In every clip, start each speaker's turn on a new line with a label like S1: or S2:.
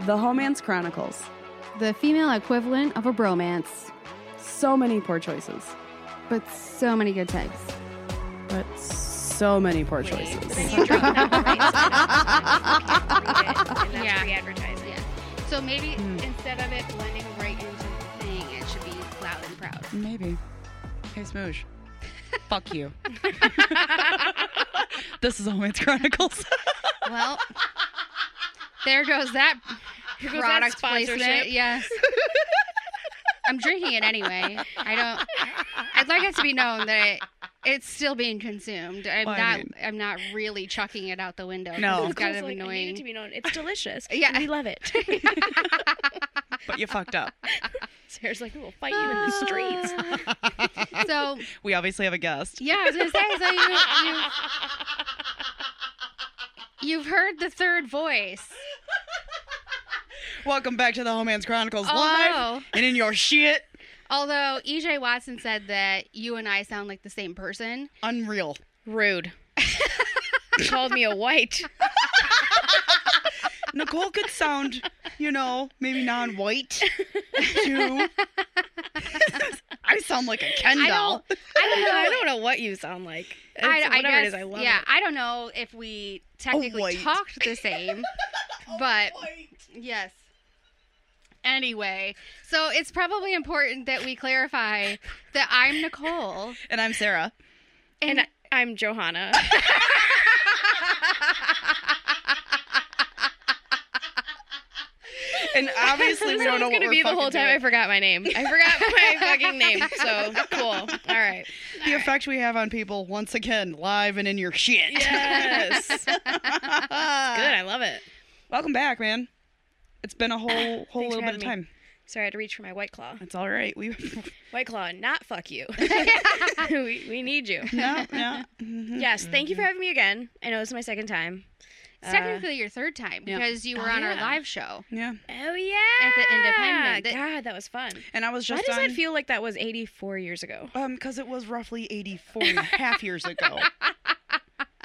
S1: The Homance Chronicles.
S2: The female equivalent of a bromance,
S1: So many poor choices,
S2: but so many good types.
S1: but so many poor choices.
S3: Yeah.
S4: yeah. advertising.
S3: Yeah. So maybe
S1: Mm.
S3: instead of it blending right into the thing, it should be loud and proud.
S5: Maybe. Hey, Smoosh. Fuck you. this is Homance Chronicles.
S3: Well, there goes that
S4: Here goes that
S3: product
S4: sponsorship.
S3: placement. Yes. I'm drinking it anyway. I don't. I'd like it to be known that it, it's still being consumed. I'm
S5: Well, I
S3: not. I
S5: mean-
S3: am not really chucking it out the window. 'cause
S5: No.
S3: it's
S4: Cole's
S3: kind of
S4: like, I need
S3: annoying.
S4: it to Oh, be known. It's delicious.
S3: Yeah.
S4: and we love it.
S5: but you fucked up.
S4: Sarah's like, we will fight you in the streets.
S3: so
S5: We obviously have a guest.
S3: yeah, I was gonna say. So you, you you've heard the third voice.
S5: Welcome back to the Homance Chronicles live
S3: Although,
S5: and in your shit.
S3: although E.J. Watson said that you and I sound like the same person.
S5: Unreal.
S4: Rude. Called me a white.
S5: Nicole could sound, you know, maybe non-white too. I sound like a Ken
S3: I
S5: doll.
S3: don't. I don't know.
S4: I don't know what you sound like. It's whatever it is, I love
S3: yeah,
S4: it.
S3: I don't know if we technically
S5: white.
S3: talked the same,
S4: Oh,
S3: but yes. Anyway, so it's probably important that we clarify that I'm Nicole.
S5: And I'm Sarah.
S4: And I, I'm Johanna.
S5: And obviously we
S4: This
S5: don't
S4: is
S5: know
S4: going
S5: what
S4: to
S5: we're
S4: be the whole
S5: fucking
S4: time I
S5: doing.
S4: forgot my name. I forgot my fucking name. So cool. All right.
S5: the effect we have on people once again live and in your shit.
S4: Yes. Good. I love it.
S5: Welcome back, man. It's been a whole whole
S4: Thanks
S5: little
S4: for
S5: bit of
S4: having
S5: time.
S4: Sorry, I had to reach for my white claw.
S5: It's all right. We
S4: White claw, not fuck you. we, we need you.
S5: no no. Mhm.
S4: Yes, thank you for having me again. I know this is my second time.
S5: Uh,
S3: It's technically your third time
S5: yeah.
S3: because you
S4: Oh,
S3: were on our
S4: Uh, yeah.
S3: live show.
S5: Yeah.
S4: Oh yeah.
S3: At the Independent. That-
S4: God, that was fun.
S5: And I was
S4: Why
S5: just
S4: does
S5: on
S4: that feel like that was 84 years ago?
S5: um because it was roughly 84 and a half years ago.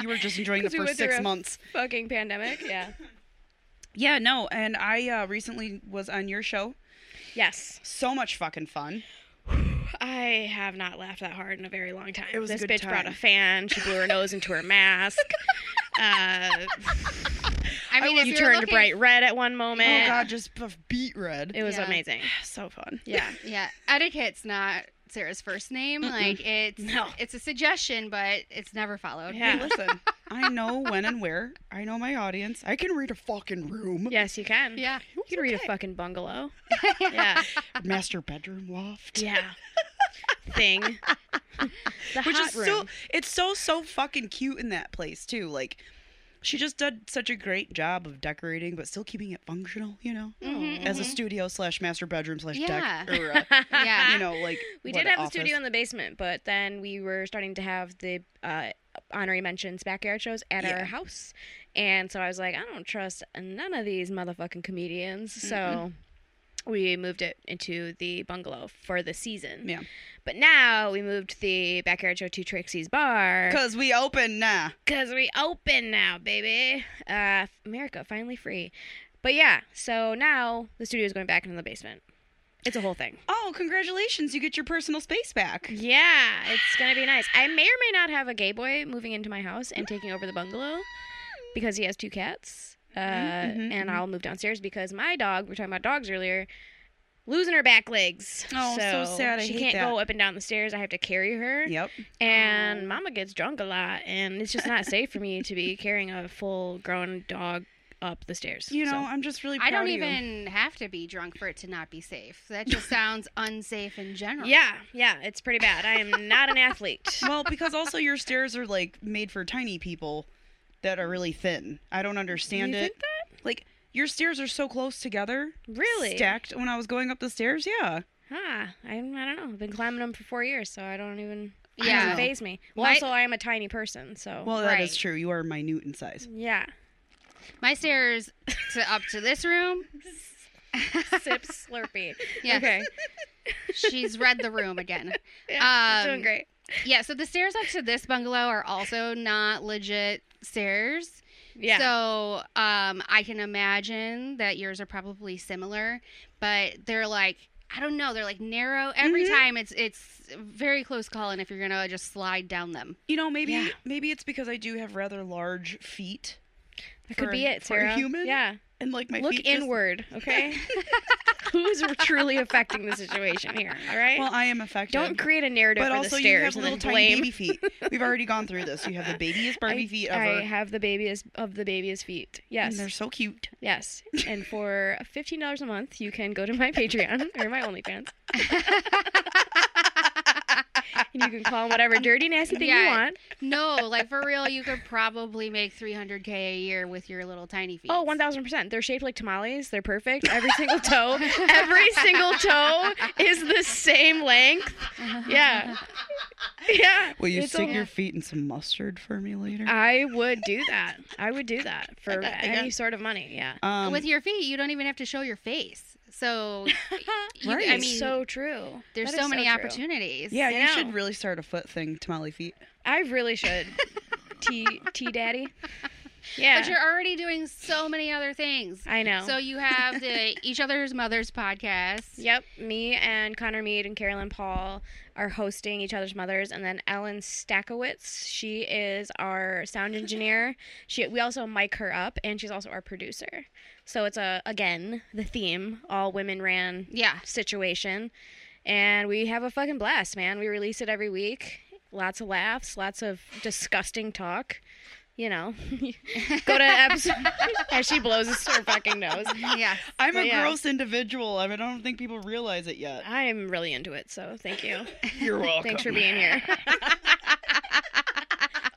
S5: You were just enjoying the
S4: 'Cause we
S5: first
S4: went through
S5: six
S4: a-
S5: months.
S4: Fucking pandemic. Yeah.
S5: Yeah, no, and I uh, recently was on your show.
S4: Yes.
S5: So much fucking fun.
S4: I have not laughed that hard in a very long time.
S5: It was a
S4: this
S5: good
S4: bitch brought
S5: time.
S4: a fan. She blew her nose into her mask. Uh,
S3: I mean, if
S4: Oh, you
S3: you're
S4: turned
S3: looking-
S4: bright red at one moment.
S5: Oh god, just b- beat red.
S4: It was
S3: Yeah.
S4: amazing.
S5: so fun.
S4: Yeah.
S3: Yeah, etiquette's not Sarah's first name. Like it's
S4: No.
S3: it's a suggestion, but it's never followed.
S4: Yeah.
S5: Hey, listen, I know when and where. I know my audience. I can read a fucking room.
S4: Yes, you can.
S3: Yeah.
S4: You can read a fucking bungalow. yeah.
S5: Master bedroom loft.
S4: Yeah. Thing. The
S5: Which
S4: hot
S5: is so
S4: room.
S5: it's so so fucking cute in that place too. Like she just did such a great job of decorating but still keeping it functional, you know?
S4: Oh,
S3: Mhm,
S5: As a
S3: mhm.
S5: studio slash master bedroom slash deck
S3: Yeah.
S5: or uh,
S3: Yeah.
S5: you know, like
S4: We
S5: what,
S4: did have
S5: office?
S4: the studio in the basement, but then we were starting to have the uh, honorary mentions backyard shows at
S5: Yeah.
S4: our house. And so I was like, I don't trust none of these motherfucking comedians. So
S5: Mm-hmm.
S4: we moved it into the bungalow for the season.
S5: Yeah.
S4: But now we moved the backyard show to Trixie's Bar
S5: Cause we open nah.
S4: because we open now, baby. Uh, America finally free. But yeah, so now the studio is going back into the basement. It's a whole thing.
S5: Oh, congratulations, you get your personal space back.
S4: Yeah, it's gonna be nice. I may or may not have a gay boy moving into my house and taking over the bungalow because he has two cats. Uh,
S5: mhm, mhm.
S4: and I'll move downstairs because my dog. We were talking about dogs earlier. Losing her back legs.
S5: Oh, so sad. I
S4: she
S5: hate
S4: can't
S5: that. Oh.
S4: go up and down the stairs. I have to carry her.
S5: Yep.
S4: And Mama gets drunk a lot, and it's just not safe for me to be carrying a full-grown dog up the stairs.
S5: You know,
S4: So-
S5: I'm just really proud
S3: I don't
S5: of you.
S3: even have to be drunk for it to not be safe. That just sounds unsafe in general.
S4: Yeah, yeah, it's pretty bad. I am not an athlete.
S5: well, because also your stairs are like made for tiny people that are really thin. I don't understand
S4: You
S5: it.
S4: think
S5: Like your stairs are so close together.
S4: Really?
S5: Stacked when I was going up the stairs, yeah.
S4: Huh. I, I don't know. I've been climbing them for four years, so I don't even. It
S3: Yeah.
S4: doesn't phase me. Well,
S3: My-
S4: also, I am a tiny person, so.
S5: Well, that is
S3: Right.
S5: true. You are minute in size.
S4: yeah.
S3: My stairs to up to this room.
S4: Sip Slurpee.
S3: Yes.
S4: Okay.
S3: She's read the room again.
S4: Yeah, she's
S3: Um,
S4: doing great.
S3: Yeah, so the stairs up to this bungalow are also not legit stairs.
S4: Yeah.
S3: So um, I can imagine that yours are probably similar, but they're like I don't know. They're like narrow. Every
S5: Mhm.
S3: time it's it's very close calling if you're gonna just slide down them.
S5: You know, maybe
S4: Yeah.
S5: maybe it's because I do have rather large feet
S4: that
S5: for-
S4: could be it,
S5: for a
S4: Sarah.
S5: human?
S4: Yeah.
S5: and like my
S4: Look
S5: feet just-
S4: inward, okay? Who's truly affecting the situation here? All right.
S5: Well, I am affected.
S4: Don't create a narrative
S5: but
S4: for
S5: also
S4: the
S5: you have
S4: stairs and
S5: little
S4: then
S5: tiny
S4: blame.
S5: baby feet. We've already gone through this. You have the babyest Barbie
S4: I,
S5: feet
S4: I
S5: ever.
S4: have the babyest of the babyest feet.
S5: and
S4: Yes.
S5: they're so cute.
S4: Yes. And for $15 a month, you can go to my Patreon or my OnlyFans. and you can call 'em whatever dirty, nasty thing you
S3: Yeah.
S4: want.
S3: No, like for real, you could probably make 300k a year with your little tiny feet.
S4: Oh, 1000%. They're shaped like tamales. They're perfect. Every single toe, every single toe is the same length. Yeah. Yeah.
S5: Will you
S4: It's Uh,
S5: stick
S4: all-
S5: your feet in some mustard for me later?
S4: I would do that. I would do that for
S5: Yeah.
S4: any sort of money. Yeah.
S5: um,
S3: with your feet, you don't even have to show your face. So, you,
S5: Right.
S3: I
S4: It's
S3: mean,
S4: so true.
S3: there's
S4: That is
S3: so many
S4: true.
S3: opportunities.
S5: yeah,
S4: I
S5: you should
S4: know.
S5: really start a foot thing, tamale feet.
S4: I really should. Tea, tea daddy. Yeah.
S3: But you're already doing so many other things.
S4: I know.
S3: So you have the Each Other's Mothers podcast.
S4: Yep, me and Connor Mead and Carolyn Paul are hosting each other's mothers, and then Ellen Stakowitz, she is our sound engineer. She we also mic her up, and she's also our producer. So it's a again the theme all women ran
S3: Yeah.
S4: situation, and we have a fucking blast, man. We release it every week. Lots of laughs, lots of disgusting talk. You know, go to episode as she blows us her fucking nose.
S3: Yeah.
S5: I'm
S4: But
S5: a
S4: yeah.
S5: gross individual. I, mean, I don't think people realize it yet.
S4: I am really into it, so thank you.
S5: You're welcome.
S4: Thanks for being here.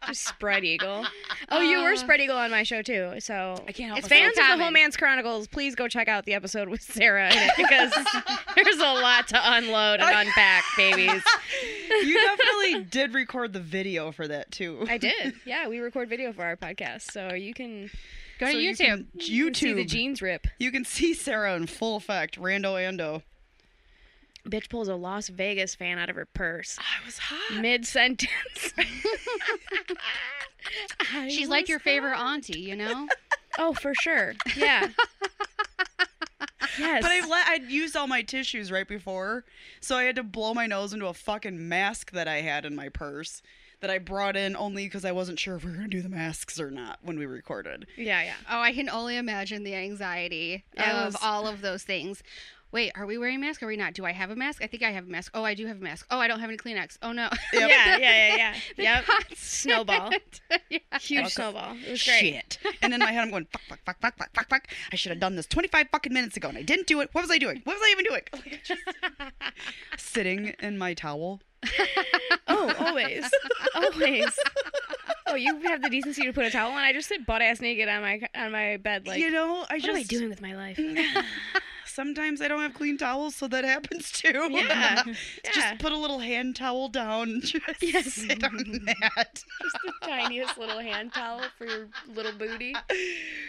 S4: Just spread eagle. Oh, you were
S3: Uh,
S4: spread eagle on my show too. So
S5: I can't help
S3: It's
S5: myself.
S4: fans of the
S3: common.
S4: Homance Chronicles, please go check out the episode with Sarah in it because there's a lot to unload and unpack, babies.
S5: you definitely did record the video for that too.
S4: I did. Yeah, we record video for our podcast, so you can
S3: Go
S5: So
S3: to
S5: you
S3: YouTube.
S5: can-
S4: you can see the
S5: YouTube.
S4: jeans rip.
S5: You can see Sarah in full effect, rando ando.
S4: Bitch pulls a Las Vegas fan out of her purse
S5: I was hot.
S4: mid sentence.
S3: She's like your favorite auntie, you know?
S4: Oh, for sure. Yeah. yes.
S5: But I let I'd used all my tissues right before, so I had to blow my nose into a fucking mask that I had in my purse that I brought in only because I wasn't sure if we were gonna do the masks or not when we recorded.
S4: yeah, yeah.
S3: Oh, I can only imagine the anxiety
S4: It
S3: of
S4: was-
S3: all of those things. Wait, are we wearing a mask? Are we not? Do I have a mask? I think I have a mask. Oh, I do have a mask. Oh, I don't have any Kleenex. Oh, no.
S5: Yep.
S4: Yeah, yeah, yeah, yeah. Yep.
S3: Constant-
S4: Snowball.
S3: yeah.
S4: Huge snowball. It was great.
S5: Shit. And in my head, I'm going fuck, fuck, fuck, fuck, fuck, fuck, fuck. I should have done this 25 fucking minutes ago, and I didn't do it. What was I doing? What was I even doing? Like, just sitting in my towel.
S4: Oh, always. always. Oh, you have the decency to put a towel on. I just sit butt ass naked on my on my bed like
S5: you know, I
S4: what
S5: just
S4: am I doing with my life?
S5: sometimes I don't have clean towels, so that happens too.
S4: Yeah. Yeah.
S5: Just put a little hand towel down. and Just sit on that.
S4: Just the tiniest little hand towel for your little booty.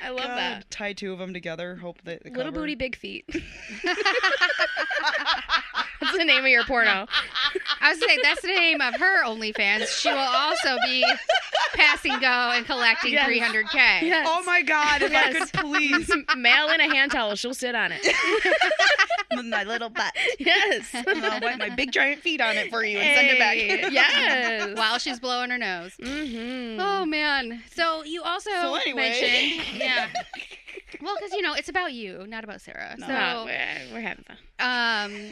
S4: I love
S5: God,
S4: that.
S5: Tie two of them together. Hope that they
S4: Little
S5: cover.
S4: booty, big feet. That's the name of your porno.
S5: Oh
S3: I was saying that's the name of her OnlyFans. She will also be passing go and collecting
S4: Yes.
S3: 300k.
S4: Yes.
S5: Oh my God! If I
S4: Yes.
S5: could please,
S4: Mail in a hand towel. She'll sit on it.
S5: my little butt.
S4: Yes.
S5: And I'll wipe my big giant feet on it for you and send it
S4: Hey,
S5: back.
S4: Yes.
S3: While she's blowing her nose.
S4: Mm-hmm.
S3: Oh man. So you also
S5: So anyway.
S3: mentioned, yeah. Well, because you know it's about you, not about Sarah.
S5: No.
S4: No,
S3: So,
S4: Oh, we're, we're having fun.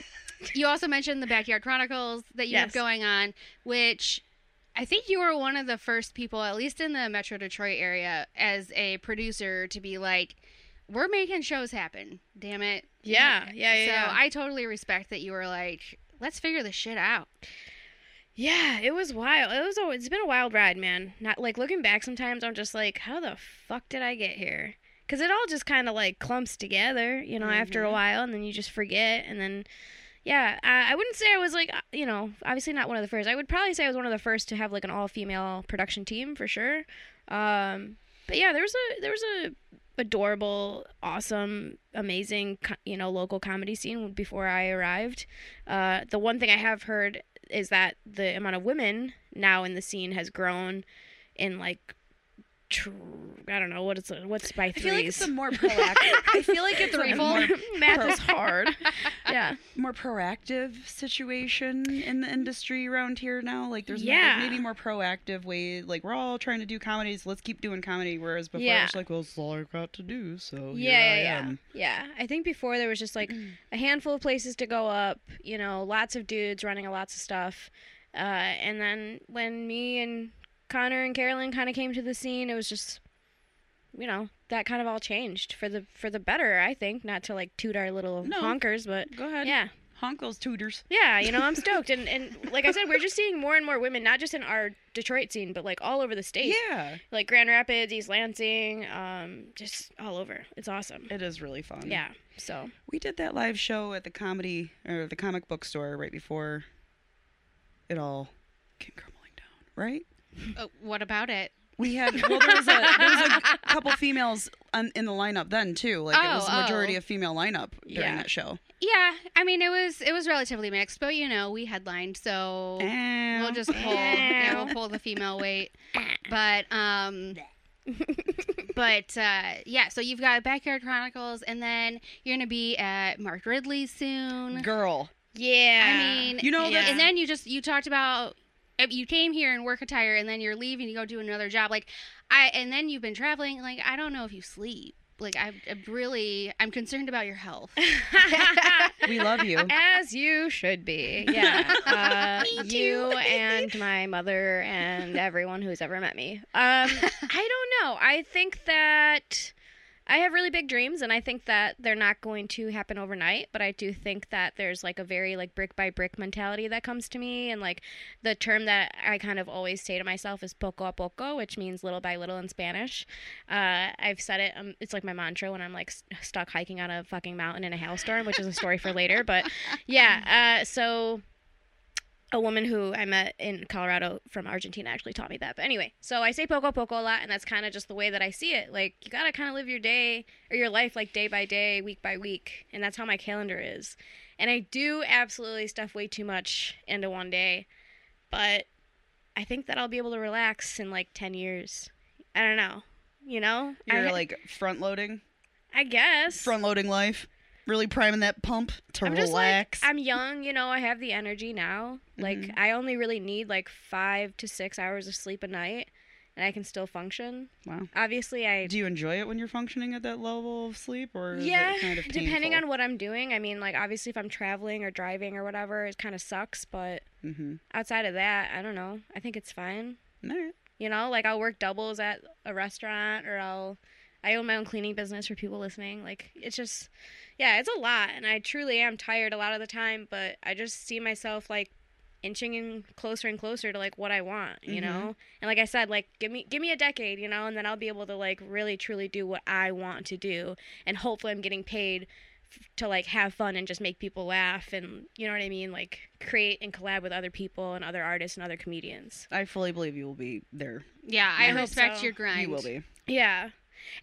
S3: um, you also mentioned the Backyard Chronicles that you
S4: Yes.
S3: have going on, which I think you were one of the first people, at least in the Metro Detroit area, as a producer to be like, "We're making shows happen. Damn it."
S4: Yeah, yeah, yeah.
S3: So
S4: yeah.
S3: I totally respect that you were like, let's figure this shit out.
S4: yeah, it was wild. It was. A, it's been a wild ride, man. Not like looking back. Sometimes I'm just like, how the fuck did I get here? Because it all just kind of like clumps together, you know, after a while, and then you just forget, and then. Yeah, I, I wouldn't say I was like, uh, you know, obviously not one of the first. I would probably say I was one of the first to have like an all-female production team for sure. Um, but yeah, there was a there was a adorable, awesome, amazing, co- you know, local comedy scene before I arrived. Uh, the one thing I have heard is that the amount of women now in the scene has grown in like tr- I don't know what it's what's by
S5: I feel like
S4: threes.
S5: it's a more proactive. I feel like it's a more,
S4: Math is hard. yeah.
S5: more proactive situation in the industry around here now. Like there's
S4: Yeah.
S5: maybe more proactive way. Like we're all trying to do comedies. Let's keep doing comedy. Whereas before
S4: Yeah.
S5: it's like, well, it's all I got to do. So here
S4: yeah,
S5: I
S4: yeah,
S5: am.
S4: yeah, yeah. I think before there was just like a handful of places to go up. You know, lots of dudes running lots of stuff. Uh, and then when me and Connor and Carolyn kind of came to the scene, it was just, you know, that kind of all changed for the for the better. I think not to like toot our little
S5: No.
S4: honkers, but
S5: Go ahead.
S4: yeah.
S5: Honkles tutors.
S4: Yeah, you know, I'm stoked. And, and like I said, we're just seeing more and more women, not just in our Detroit scene, but like all over the state.
S5: Yeah,
S4: Like Grand Rapids, East Lansing, um, just all over. It's awesome.
S5: it is really fun.
S4: Yeah. So
S5: we did that live show at the comedy or the comic book store right before it all came crumbling down. Right.
S3: Uh, what about it?
S5: We had well, there was a there was a couple females on, in the lineup then too. Like it was
S3: Oh,
S5: a majority
S3: oh.
S5: of female lineup during
S4: Yeah.
S5: that show.
S3: Yeah, I mean it was it was relatively mixed, but you know we headlined, so we'll just pull yeah, we'll pull the female weight. But um, but uh, yeah, so you've got Backyard Chronicles, and then you're gonna be at Mark Ridley soon.
S5: girl.
S4: yeah,
S3: I mean,
S5: You know,
S3: and,
S5: that's-
S3: and then you just you talked about uh, you came here in work attire, and then you're leaving to go do another job. Like I, and then you've been traveling. Like I don't know if you sleep. Like I, I'm really, I'm concerned about your health.
S5: We love you.
S4: as you should be. Yeah, uh, you and my mother and everyone who's ever met me. Um, I don't know. I think that I have really big dreams, and I think that they're not going to happen overnight. But I do think that there's like a very like brick by brick mentality that comes to me, and like the term that I kind of always say to myself is poco a poco, which means little by little in Spanish. Uh, I've said it. Um, it's like my mantra when I'm like s- stuck hiking on a fucking mountain in a hailstorm, which is a story for later. But yeah, uh, so a woman who I met in Colorado from Argentina actually taught me that. But anyway, so I say poco a poco a lot, and that's kind of just the way that I see it. Like you gotta kind of live your day or your life like day by day, week by week, and that's how my calendar is. And I do absolutely stuff way too much into one day, but I think that I'll be able to relax in like ten years. I don't know, you know?
S5: You're
S4: I,
S5: like front loading,
S4: I guess
S5: front loading life, really priming that pump to
S4: I'm just like
S5: relax. Mm-hmm.
S4: I'm young, you know. I have the energy now. Like I only really need like five to six hours of sleep a night, and I can still function.
S5: Wow.
S4: Obviously, I
S5: Do you enjoy it when you're functioning at that level of sleep, or is
S4: yeah.
S5: it kind of
S4: depending on what I'm doing, I mean, like obviously if I'm traveling or driving or whatever, it kind of sucks. But
S5: hmm
S4: outside of that, I don't know. I think it's fine.
S5: All right.
S4: You know, like I'll work doubles at a restaurant or I'll I own my own cleaning business for people listening. Like it's just yeah, it's a lot and I truly am tired a lot of the time, but I just see myself like inching in closer and closer to like what I want, you
S5: Mhm.
S4: know? And like I said, like give me give me a decade, you know, and then I'll be able to like really truly do what I want to do and hopefully I'm getting paid f- to like have fun and just make people laugh and you know what I mean like create and collab with other people and other artists and other comedians.
S5: I fully believe you will be there.
S3: yeah, I,
S4: I hope
S3: respect
S4: so.
S3: your grind.
S5: You will be.
S4: Yeah.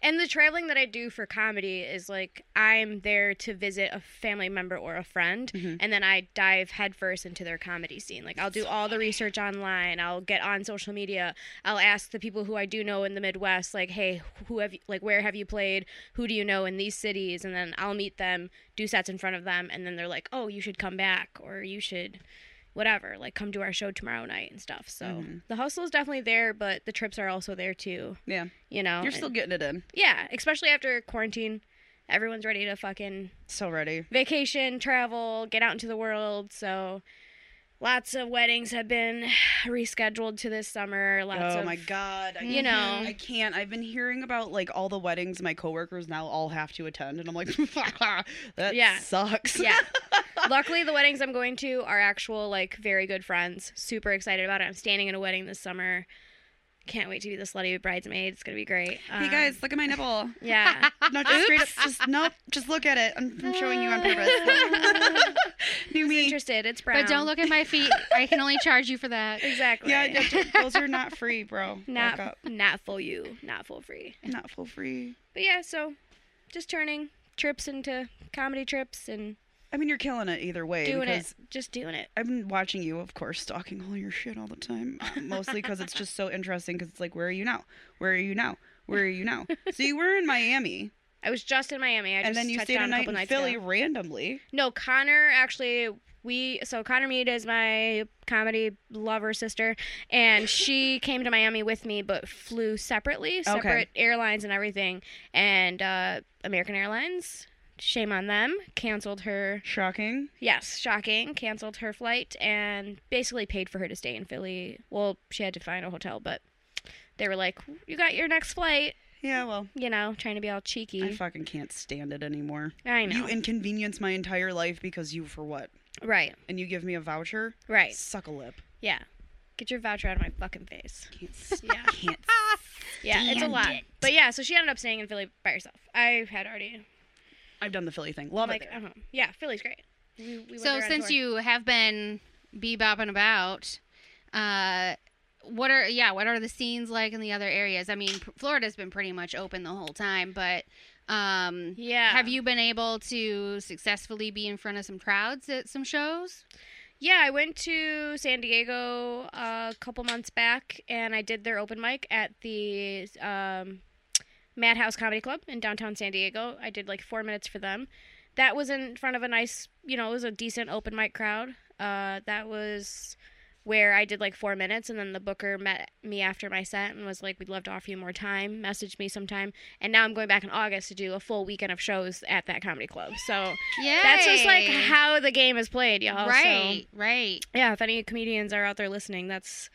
S4: And the traveling that I do for comedy is like I'm there to visit a family member or a friend,
S5: Mhm.
S4: and then I dive headfirst into their comedy scene. Like, I'll do all the research online, I'll get on social media, I'll ask the people who I do know in the Midwest, like, hey, who have you, like, where have you played? Who do you know in these cities? And then I'll meet them, do sets in front of them, and then they're like, oh, you should come back, or you should whatever, like, come to our show tomorrow night and stuff. So
S5: Mhm.
S4: the hustle is definitely there, but the trips are also there too
S5: Yeah,
S4: you know
S5: you're still
S4: and-
S5: getting it in.
S4: yeah especially after quarantine everyone's ready to fucking
S5: So ready.
S4: vacation travel get out into the world so lots of weddings have been rescheduled to this summer lots
S5: oh
S4: of
S5: my god! I,
S4: you know
S5: I can't. I've been hearing about like all the weddings my coworkers now all have to attend, and I'm like, that
S4: Yeah.
S5: sucks.
S4: yeah luckily the weddings i'm going to are actual like very good friends super excited about it i'm standing in a wedding this summer can't wait to be the slutty bridesmaid it's gonna be great
S5: Hey
S4: Um,
S5: guys, look at my nipple.
S4: yeah
S5: No, just straight up. Just nope. Just look at it. I'm, I'm showing you on purpose. New me.
S4: interested it's brown
S3: But don't look at my feet. I can only charge you for that.
S4: exactly
S5: Yeah, yeah, t- those are not free, bro. Look
S4: not
S5: up.
S4: not full you not full free
S5: not full free.
S4: But yeah, so just turning trips into comedy trips and
S5: I mean, you're killing it either way.
S4: doing
S5: because
S4: it, just doing it.
S5: I've been watching you, of course, stalking all your shit all the time, uh, mostly because it's just so interesting. Because it's like, where are you now? Where are you now? Where are you now? So you were in Miami,
S4: I was just in Miami. I
S5: and
S4: just
S5: then you
S4: touched
S5: stayed
S4: down
S5: a night
S4: a couple
S5: in
S4: nights
S5: Philly
S4: ago.
S5: randomly.
S4: No, Connor actually we so Connor Mead is my comedy lover sister and she came to Miami with me but flew separately, separate airlines and everything. And uh American Airlines, shame on them, canceled her
S5: Shocking.
S4: yes, shocking, canceled her flight and basically paid for her to stay in Philly. Well, she had to find a hotel, but they were like, You got your next flight,
S5: Yeah, well,
S4: you know, trying to be all cheeky.
S5: I fucking can't stand it anymore.
S4: Mm-hmm. I know.
S5: You inconvenience my entire life because you for what?
S4: right,
S5: And you give me a voucher?
S4: right.
S5: Suck a lip.
S4: Yeah. Get your voucher out of my fucking face.
S5: Can't s-
S4: Yeah.
S5: can't
S4: Yeah, it's a lot. But yeah, so she ended up staying in Philly by herself. I had already
S5: I've done the Philly thing. Love
S4: like
S5: it. there.
S4: uh-huh. yeah, Philly's great. We, we went
S3: so
S4: there on
S3: since
S4: tour.
S3: you have been bebopping about, uh, what are yeah? What are the scenes like in the other areas? I mean, P- Florida's been pretty much open the whole time, but um,
S4: yeah
S3: have you been able to successfully be in front of some crowds at some shows?
S4: yeah I went to San Diego a couple months back and I did their open mic at the um, Madhouse Comedy Club in downtown San Diego. I did like four minutes for them. That was in front of a nice, you know, it was a decent open mic crowd. Uh, that was where I did like four minutes, and then the booker met me after my set and was like, "We'd love to offer you more time." Messaged me sometime, and now I'm going back in August to do a full weekend of shows at that comedy club. So
S3: Yeah,
S4: that's just like how the game is played, y'all. So,
S3: right, right.
S4: yeah, if any comedians are out there listening, that's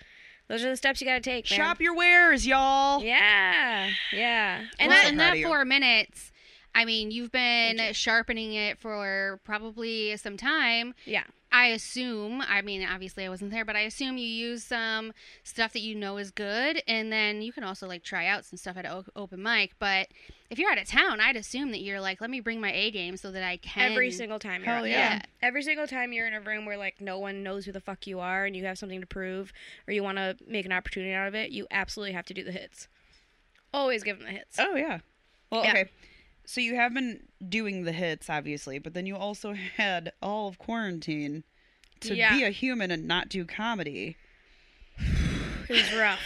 S4: those are the steps you got to take. man.
S5: Shop your wares, y'all.
S4: Yeah, yeah, and
S5: Well,
S3: And
S4: that-
S5: so
S3: in
S5: proud of
S3: that
S5: you.
S3: four minutes, I mean, you've been
S4: Thank you.
S3: sharpening it for probably some time.
S4: yeah.
S3: I assume, I mean, obviously I wasn't there, but I assume you use some stuff that you know is good. And then you can also like try out some stuff at o- open mic. But if you're out of town, I'd assume that you're like, let me bring my A game so that I can.
S4: Every single time you're
S5: Hell
S4: out-
S5: yeah.
S4: Every single time you're in a room where like no one knows who the fuck you are and you have something to prove or you want to make an opportunity out of it, you absolutely have to do the hits. Always give them the hits.
S5: Oh yeah. Well,
S4: Yeah.
S5: okay. So you have been doing the hits, obviously, but then you also had all of quarantine to
S4: Yeah.
S5: be a human and not do comedy.
S4: It was rough.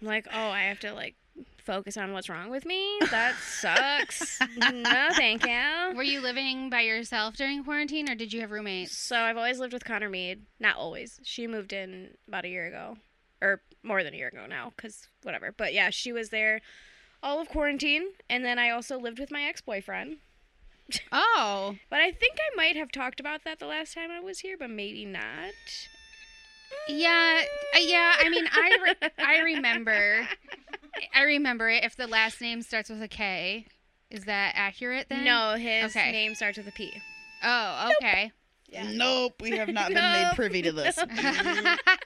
S4: I'm like, oh, I have to like focus on what's wrong with me. That sucks. no, thank you.
S3: Were you living by yourself during quarantine or did you have roommates?
S4: So I've always lived with Connor Mead. Not always. She moved in about a year ago, or more than a year ago now, because whatever. But yeah, she was there all of quarantine, and then I also lived with my ex boyfriend.
S3: Oh,
S4: But I think I might have talked about that the last time I was here, but maybe not.
S3: yeah. uh, Yeah. I mean, I, re- I remember. I remember it. If the last name starts with a K, is that accurate then?
S4: No, his
S3: Okay.
S4: name starts with a P.
S3: Oh, okay.
S4: Yeah.
S5: Nope, we have not been made
S4: Nope.
S5: privy to this.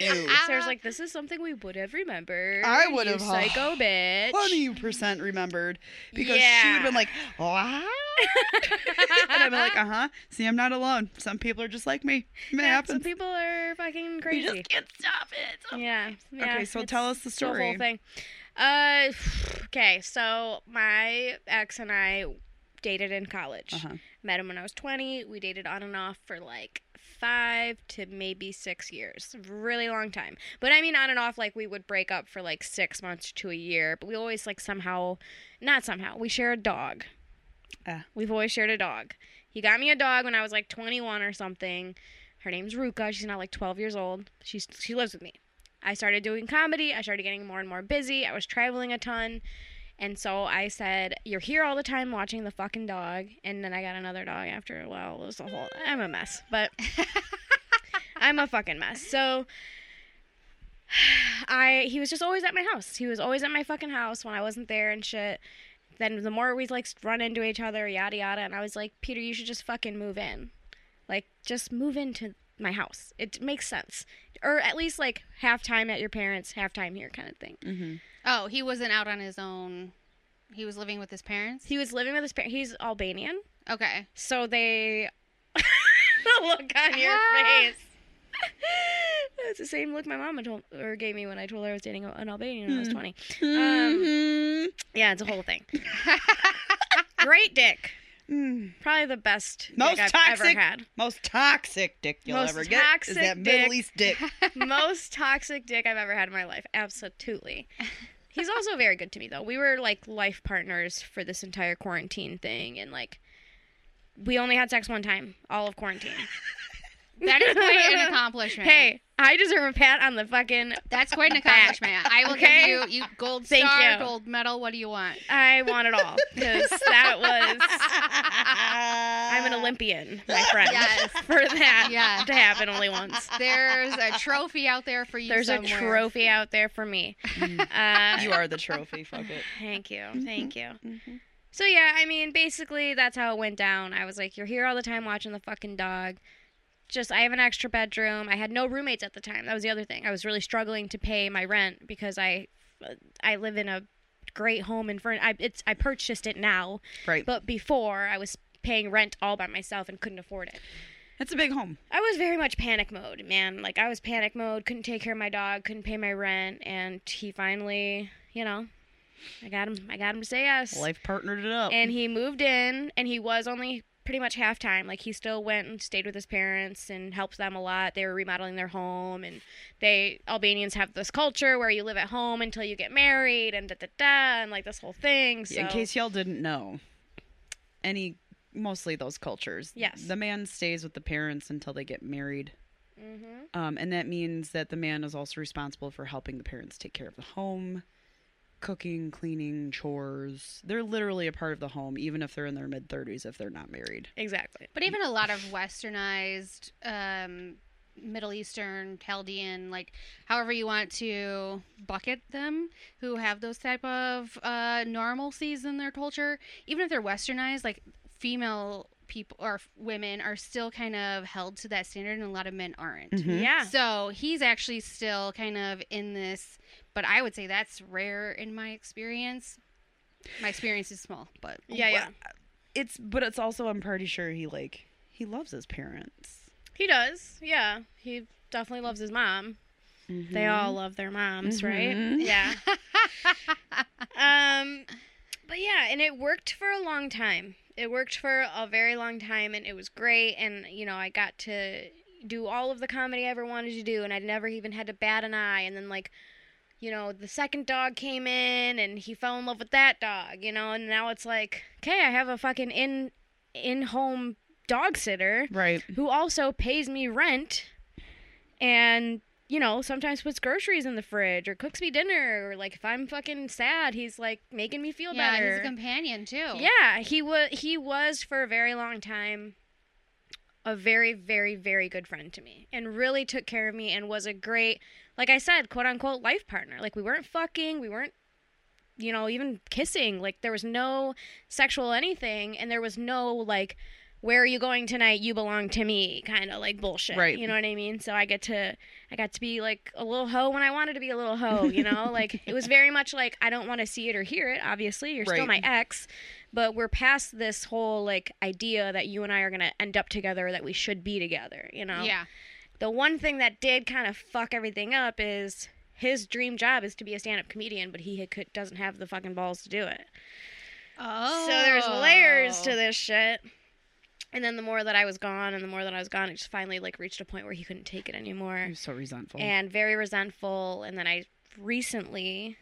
S5: Ew.
S4: Sarah's like, this is something we would have remembered.
S5: I would
S4: you
S5: have-
S4: psycho bitch.
S5: Twenty percent remembered because she would
S4: Yeah.
S5: have been like, "Wow," and I'd be like, "Uh huh." See, I'm not alone. Some people are just like me. It
S4: Yeah, some
S5: happens.
S4: people are fucking crazy.
S5: You just can't stop it.
S4: Yeah. yeah,
S5: okay, so
S4: it's
S5: tell us the
S4: the
S5: story.
S4: whole thing. Uh, okay, so my ex and I dated in college.
S5: Uh-huh.
S4: Met him when I was 20. We dated on and off for like five to maybe six years. Really long time. But I mean, on and off, like we would break up for like six months to a year. But we always like somehow, not somehow, we share a dog.
S5: Ah.
S4: We've always shared a dog. He got me a dog when I was like 21 or something. Her name's Ruka. She's now like 12 years old. She's she lives with me. I started doing comedy. I started getting more and more busy. I was traveling a ton. And so I said, You're here all the time watching the fucking dog. And then I got another dog after a while. It was a whole, I'm a mess, but I'm a fucking mess. So I, he was just always at my house. He was always at my fucking house when I wasn't there and shit. Then the more we like run into each other, yada yada. And I was like, Peter, you should just fucking move in. Like, just move into my house. It makes sense. Or at least like half time at your parents, half time here kind of thing.
S5: Mm-hmm.
S3: Oh, he wasn't out on his own. He was living with his parents.
S4: He was living with his parents. He's Albanian.
S3: Okay.
S4: So they. the look on your
S3: Ah.
S4: face. That's the same look my mom had told or gave me when I told her I was dating an Albanian when I was
S5: Hmm.
S4: Mm-hmm.
S5: Mm-hmm.
S4: twenty. Um, yeah, it's a whole thing. Great dick. Probably the best
S5: Most
S4: dick I've
S5: toxic,
S4: ever had.
S5: Mm. most toxic dick you'll
S4: Most
S5: ever get is
S4: toxic
S5: that Middle
S4: dick.
S5: East dick.
S4: Most toxic dick I've ever had in my life. Absolutely. He's also very good to me though. We were like life partners for this entire quarantine thing and like we only had sex one time all of quarantine.
S3: That is quite an accomplishment.
S4: Hey, I deserve a pat on the fucking
S3: that's quite an accomplishment. I will
S4: Okay?
S3: give you you gold
S4: Thank
S3: star,
S4: you.
S3: gold medal. What do you want?
S4: I want it all because that was I'm an Olympian, my friend.
S3: Yes.
S4: For that
S3: Yeah.
S4: to happen only once.
S3: There's a trophy out there for you.
S4: There's a
S3: somewhere. Mm.
S4: trophy out there for me. Uh,
S5: you are the trophy. Fuck it.
S4: Thank you.
S3: Mm-hmm.
S4: Thank you. So yeah, I mean, basically that's how it went down. I was like, you're here all the time watching the fucking dog. Just I have an extra bedroom. I had no roommates at the time. That was the other thing. I was really struggling to pay my rent because I I live in a great home in Fern. I it's I purchased it now,
S5: Right.
S4: but before I was paying rent all by myself and couldn't afford it.
S5: It's a big home.
S4: I was very much panic mode, man. Like I was panic mode, couldn't take care of my dog, couldn't pay my rent, and he finally, you know, I got him. I got him to say yes,
S5: Life partnered it up.
S4: and he moved in, and he was only pretty much half time. Like he still went and stayed with his parents and helped them a lot. They were remodeling their home, and they Albanians have this culture where you live at home until you get married, and da da da, and like this whole thing. So
S5: In case y'all didn't know, any mostly those cultures.
S4: Yes.
S5: The man stays with the parents until they get married.
S4: Mhm.
S5: Um, and that means that the man is also responsible for helping the parents take care of the home, cooking, cleaning, chores. They're literally a part of the home, even if they're in their mid 30s, if they're not married.
S4: exactly.
S3: But even a lot of westernized, um, Middle Eastern, Chaldean, like however you want to bucket them, who have those type of uh, normalcies in their culture, even if they're westernized, like female people or f- women are still kind of held to that standard, and a lot of men aren't.
S4: Mm-hmm. Yeah.
S3: So he's actually still kind of in this, but I would say that's rare in my experience. My experience is small, but
S4: Yeah, yeah.
S5: It's, but it's also, I'm pretty sure he, like, he loves his parents.
S4: He does. Yeah. He definitely loves his mom.
S3: Mm-hmm.
S4: They all love their moms, right? Yeah. um but yeah, and it worked for a long time. It worked for a very long time and it was great and you know, I got to do all of the comedy I ever wanted to do and I never even had to bat an eye and then like you know, the second dog came in and he fell in love with that dog, you know, and now it's like, okay, I have a fucking in in home dog sitter
S5: Right.
S4: who also pays me rent and you know sometimes puts groceries in the fridge or cooks me dinner or like if i'm fucking sad he's like making me feel
S3: yeah,
S4: better
S3: he's a companion too.
S4: yeah he was he was for a very long time a very very very good friend to me and really took care of me and was a great like i said quote unquote life partner like we weren't fucking we weren't you know even kissing like there was no sexual anything and there was no like where are you going tonight you belong to me kind of like bullshit
S5: Right.
S4: you know what i mean so i get to i got to be like a little hoe when i wanted to be a little hoe you know like it was very much like i don't want to see it or hear it obviously you're still my
S5: Right.
S4: ex but we're past this whole like idea that you and i are going to end up together that we should be together you know
S3: Yeah.
S4: the one thing that did kind of fuck everything up is his dream job is to be a stand-up comedian but he could, doesn't have the fucking balls to do it
S3: Oh.
S4: so there's layers
S5: Oh.
S4: to this shit. And then the more that I was gone and the more that I was gone, it just finally like reached a point where he couldn't take it anymore.
S5: He was so resentful.
S4: And very resentful. And then I recently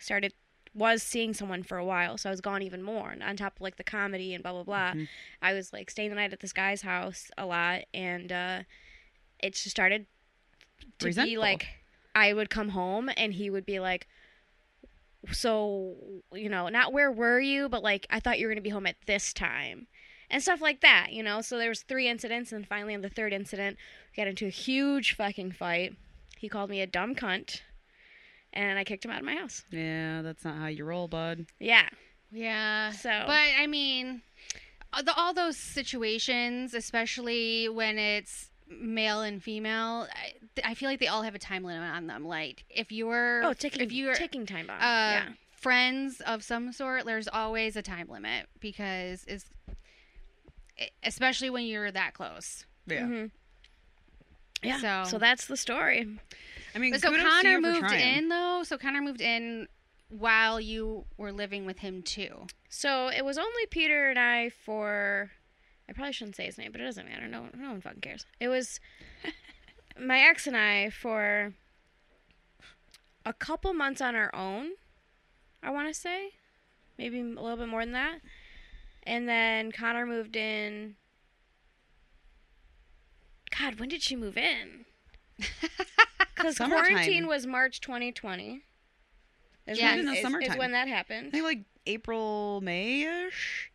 S4: started was seeing someone for a while, so I was gone even more. And on top of like the comedy and blah blah
S3: uh,
S4: blah,
S5: Mm-hmm.
S4: I was like staying the night at this guy's house a lot and uh it just started to be
S5: Resentful.
S4: like I would come home and he would be like so you know not where were you but like i thought you were going to be home at this time and stuff like that you know so there was three incidents and finally on the third incident we got into a huge fucking fight he called me a dumb cunt and i kicked him out of my house
S5: yeah, that's not how you roll, bud.
S4: yeah
S3: Yeah.
S4: So-
S3: but I mean, all the- all those situations, especially when it's male and female, I, I feel like they all have a time limit on them. Like if you were,
S4: oh ticking
S3: if you were,
S4: ticking time bomb
S3: uh,
S4: yeah
S3: friends of some sort, there's always a time limit because it's, e, especially when you're that close.
S5: Yeah.
S4: yeah
S3: so-
S4: so that's the story
S5: I mean,
S3: But so
S5: kudos to you
S3: Connor
S5: for
S3: moved
S5: trying.
S3: in though. So Connor moved in while you were living with him too.
S4: So it was only Peter and I for. I probably shouldn't say his name, but it doesn't matter. No, no one fucking cares. It was my ex and I for a couple months on our own. I want to say, maybe a little bit more than that. And then Connor moved in. God, when did she move in? Because
S5: Summertime.
S4: quarantine was March 2020. Is
S3: Yeah,
S4: when-
S5: in the
S4: is- is
S5: summertime.
S4: when that
S5: I
S4: happened.
S5: think like April, May ish.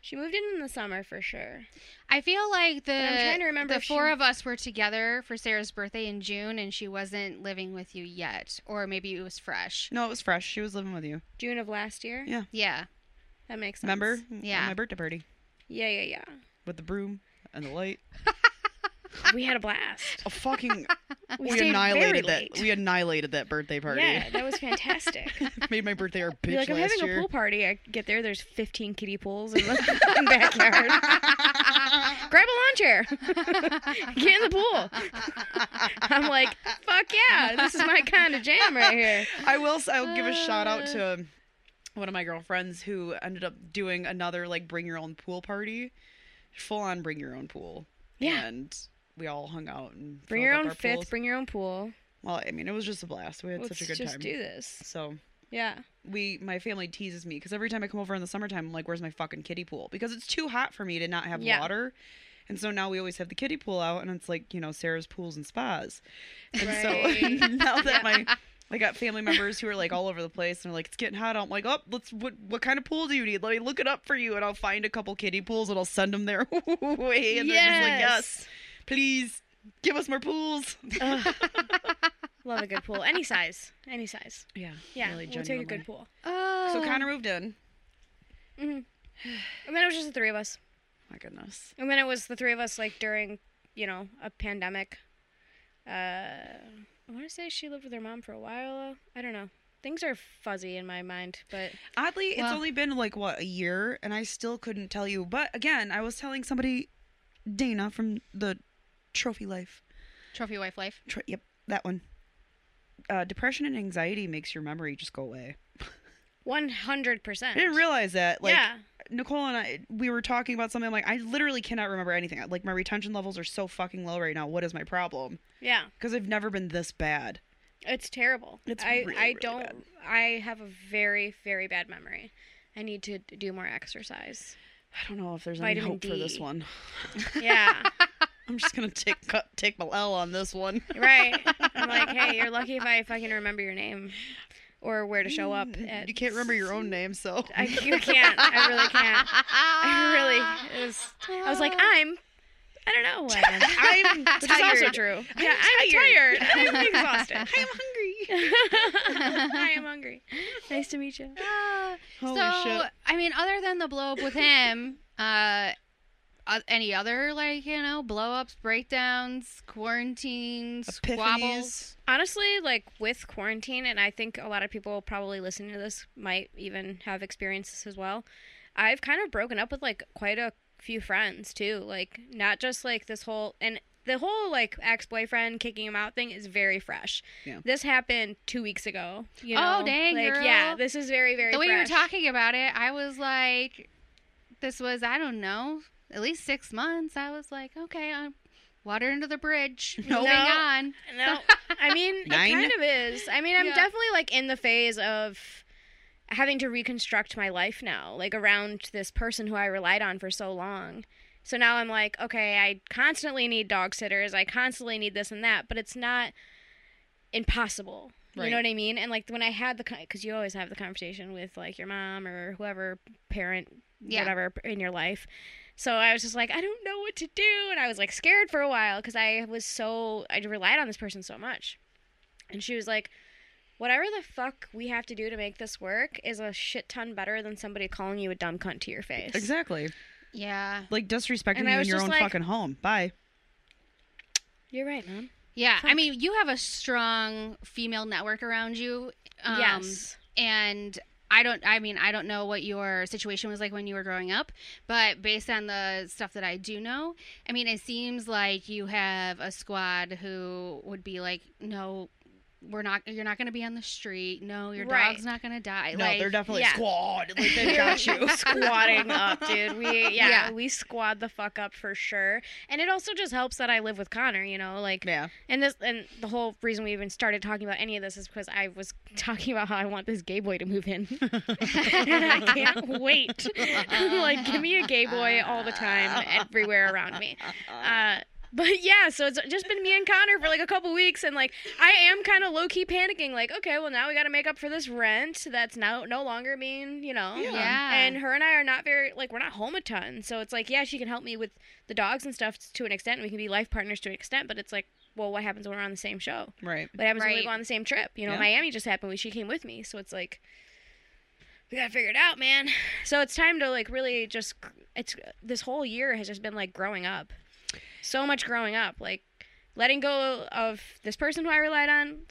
S4: She moved in in the summer for sure.
S3: I feel like the
S4: I'm trying to remember
S3: the
S4: if
S3: four
S4: she-
S3: of us were together for Sarah's birthday in June, and she wasn't living with you yet, or maybe it was fresh.
S5: No, it was fresh. She was living with you.
S4: June of last year.
S5: Yeah.
S3: Yeah,
S4: That makes sense.
S5: Remember?
S3: Yeah.
S5: My birthday party
S4: Yeah, yeah, yeah.
S5: with the broom and the light.
S4: We had a blast.
S5: Oh, fucking.
S4: We,
S5: we
S4: stayed
S5: annihilated
S4: very
S5: that.
S4: late.
S5: We annihilated that birthday party.
S4: Yeah, that was fantastic.
S5: Made my birthday our bitch
S4: You're like, I'm
S5: last
S4: having
S5: year.
S4: a pool party. I get there, there's 15 kiddie pools in the fucking backyard. Grab a lawn chair. get in the pool. I'm like, fuck yeah, this is my kind of jam right here.
S5: I will. s- I'll give a shout out to one of my girlfriends who ended up doing another like bring your own pool party, full on bring your own pool.
S4: Yeah.
S5: and we all hung out and
S4: Bring
S5: filled
S4: your
S5: up
S4: own
S5: our
S4: fifth,
S5: pools.
S4: bring your own pool.
S5: well, I mean, it was just a blast. We had
S4: Let's
S5: such a good
S4: just
S5: time.
S4: do this.
S5: So
S4: Yeah.
S5: we, my family teases me because every time I come over in the summertime, I'm like, "Where's my fucking kiddie pool?" Because it's too hot for me to not have
S4: Yeah.
S5: water. And so now we always have the kiddie pool out, and it's like you know Sarah's pools and spas. And so
S4: Right.
S5: now that my I got family members who are like all over the place, and they're like, "It's getting hot." out." I'm like, "Oh, let's what what kind of pool do you need? Let me look it up for you, and I'll find a couple kiddie pools, and I'll send them their way." And they're just like, "Yes, please." Give us more pools.
S4: Ugh. Love a good pool. Any size. Any size.
S5: Yeah,
S4: Yeah. we'll take a good pool. Mm-hmm.
S5: So
S4: Oh.
S5: Connor moved in.
S4: And then it was just the three of us.
S5: My goodness.
S4: And then it was the three of us, like, during, you know, a pandemic. Uh, I want to say she lived with her mom for a while. I don't know. Things are fuzzy in my mind, but
S5: Oddly, it's
S3: Well-
S5: only been like what a year, and I still couldn't tell you. But again, I was telling somebody, Dana from the Trophy Life.
S3: trophy wife life.
S5: Tro- yep, that one. Uh, depression and anxiety makes your memory just go away.
S4: 100%.
S5: I didn't realize that. Like
S4: yeah.
S5: Nicole and I, we were talking about something. Like I literally cannot remember anything. Like my retention levels are so fucking low right now. What is my problem?
S4: Yeah.
S5: Because I've never been this bad.
S4: It's terrible.
S5: It's
S4: I,
S5: really,
S4: I
S5: really
S4: don't,
S5: bad.
S4: I have a very, very bad memory. I need to do more exercise.
S5: I don't know if there's any
S4: Vitamin
S5: hope for this
S4: D.
S5: one.
S4: Yeah.
S5: I'm just gonna take cut, take my L on this one.
S4: Right. I'm like, hey, you're lucky if I fucking remember your name or where to show up. At.
S5: You can't remember your own name, so
S4: I you can't. I really can't. I really. It was, I was like, I'm. I don't know what I am.
S5: I'm
S4: Which is also
S5: tired.
S4: true. yeah, I'm tired. I'm exhausted.
S5: I'm hungry.
S4: I am hungry. Nice to meet you.
S5: Holy
S3: so
S5: shit.
S3: I mean, other than the blow up with him, uh, uh, any other like you know blow ups, breakdowns, quarantines, squabbles?
S5: Epiphanies.
S4: Honestly, like with quarantine, and I think a lot of people probably listening to this might even have experienced this as well. I've kind of broken up with like quite a few friends too. Like, not just like this whole and the whole like ex boyfriend kicking him out thing is very fresh.
S5: Yeah.
S4: This happened two weeks ago. You know?
S3: Oh, dang,
S4: Like,
S3: girl.
S4: yeah, this is very, very
S3: The way you were
S4: fresh.
S3: talking about it, I was like, this was I don't know, at least six months. I was like, okay, I'm water under the bridge.
S5: No.
S3: Moving
S4: No.
S3: on.
S4: No, I mean it
S5: Nine?
S4: kind of is. I mean, I'm
S3: Yeah.
S4: definitely like in the phase of having to reconstruct my life now, like around this person who I relied on for so long. So now I'm like, okay, I constantly need dog sitters. I constantly need this and that, but it's not impossible. You
S5: Right.
S4: know what I mean? And like when I had the because you always have the conversation with like your mom or whoever parent
S3: Yeah.
S4: whatever in your life. So I was just like, I don't know what to do, and I was like scared for a while because I was so I relied on this person so much, and she was like, whatever the fuck we have to do to make this work is a shit ton better than somebody calling you a dumb cunt to your face.
S5: Exactly.
S3: Yeah.
S5: Like disrespecting
S4: And I
S5: you in
S4: was
S5: your
S4: just
S5: own
S4: like-
S5: fucking home. Bye.
S4: You're right, mom.
S3: Yeah. I
S4: Fuck.
S3: mean, you have a strong female network around you. Um,
S4: yes.
S3: and I don't I mean I don't know what your situation was like when you were growing up, but based on the stuff that I do know, I mean it seems like you have a squad who would be like no we're not you're not going to be on the street. No, your
S4: Right.
S3: dog's not going to die.
S5: no,
S3: like,
S5: they're definitely
S4: yeah.
S5: squad. Like they got you.
S4: squatting up, dude. We yeah,
S3: Yeah.
S4: we squad the fuck up for sure. And it also just helps that I live with Connor, you know, like
S5: Yeah.
S4: and this and the whole reason we even started talking about any of this is because I was talking about how I want this gay boy to move in. and I can't wait. like give me a gay boy all the time everywhere around me. Uh but yeah, so it's just been me and Connor for like a couple weeks, and like I am kind of low key panicking. Like, okay, well now we got to make up for this rent that's now no longer being, you know,
S5: Yeah.
S3: Yeah.
S4: and her and I are not very like we're not home a ton, so it's like yeah, she can help me with the dogs and stuff to an extent. and We can be life partners to an extent, but it's like well, what happens when we're on the same show?
S5: Right.
S4: What happens when we
S3: Right.
S4: go on the same trip? You know,
S5: Yeah.
S4: Miami just happened. when She came with me, so it's like we gotta figure it out, man. So it's time to like really just it's this whole year has just been like growing up, so much growing up, like letting go of this person who I relied on.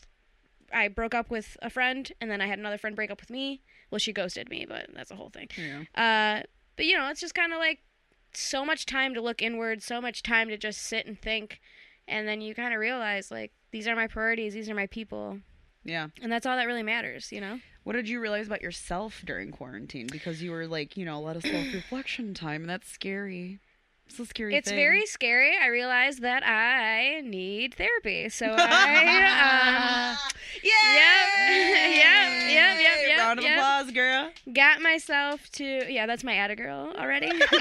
S4: I broke up with a friend, and then I had another friend break up with me. Well, she ghosted me, but that's a whole thing.
S5: Yeah.
S4: Uh, but you know, it's just kind of like so much time to look inward, so much time to just sit and think, and then you kind of realize like these are my priorities, these are my people,
S5: Yeah.
S4: and that's all that really matters, you know.
S5: What did you realize about yourself during quarantine? Because you were like, you know, a lot of self reflection time, and that's scary. It's a scary
S4: It's
S5: thing.
S4: very scary. I realize that I need therapy, so I
S5: Yay!
S4: Yep, yep, yep, yep,
S5: Round of
S4: yep.
S5: applause, girl.
S4: um, got myself to yeah. That's my Atta girl already.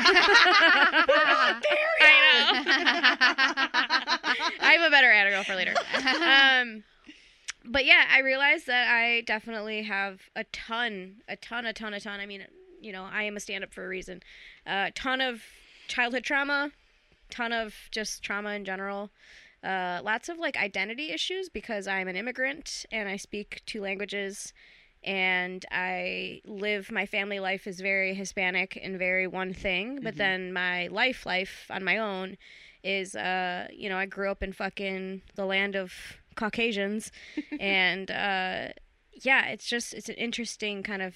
S4: I know. I have a better Atta girl for later. um, but yeah, I realized that I definitely have a ton, a ton, a ton, a ton. I mean, you know, I am a stand up for a reason. A ton of childhood trauma, ton of just trauma in general. Uh, lots of like identity issues because I'm an immigrant and I speak two languages and I live my family life is very Hispanic and very one thing, but then my life life on my own is uh you know I grew up in fucking the land of Caucasians and uh yeah, it's just it's an interesting kind of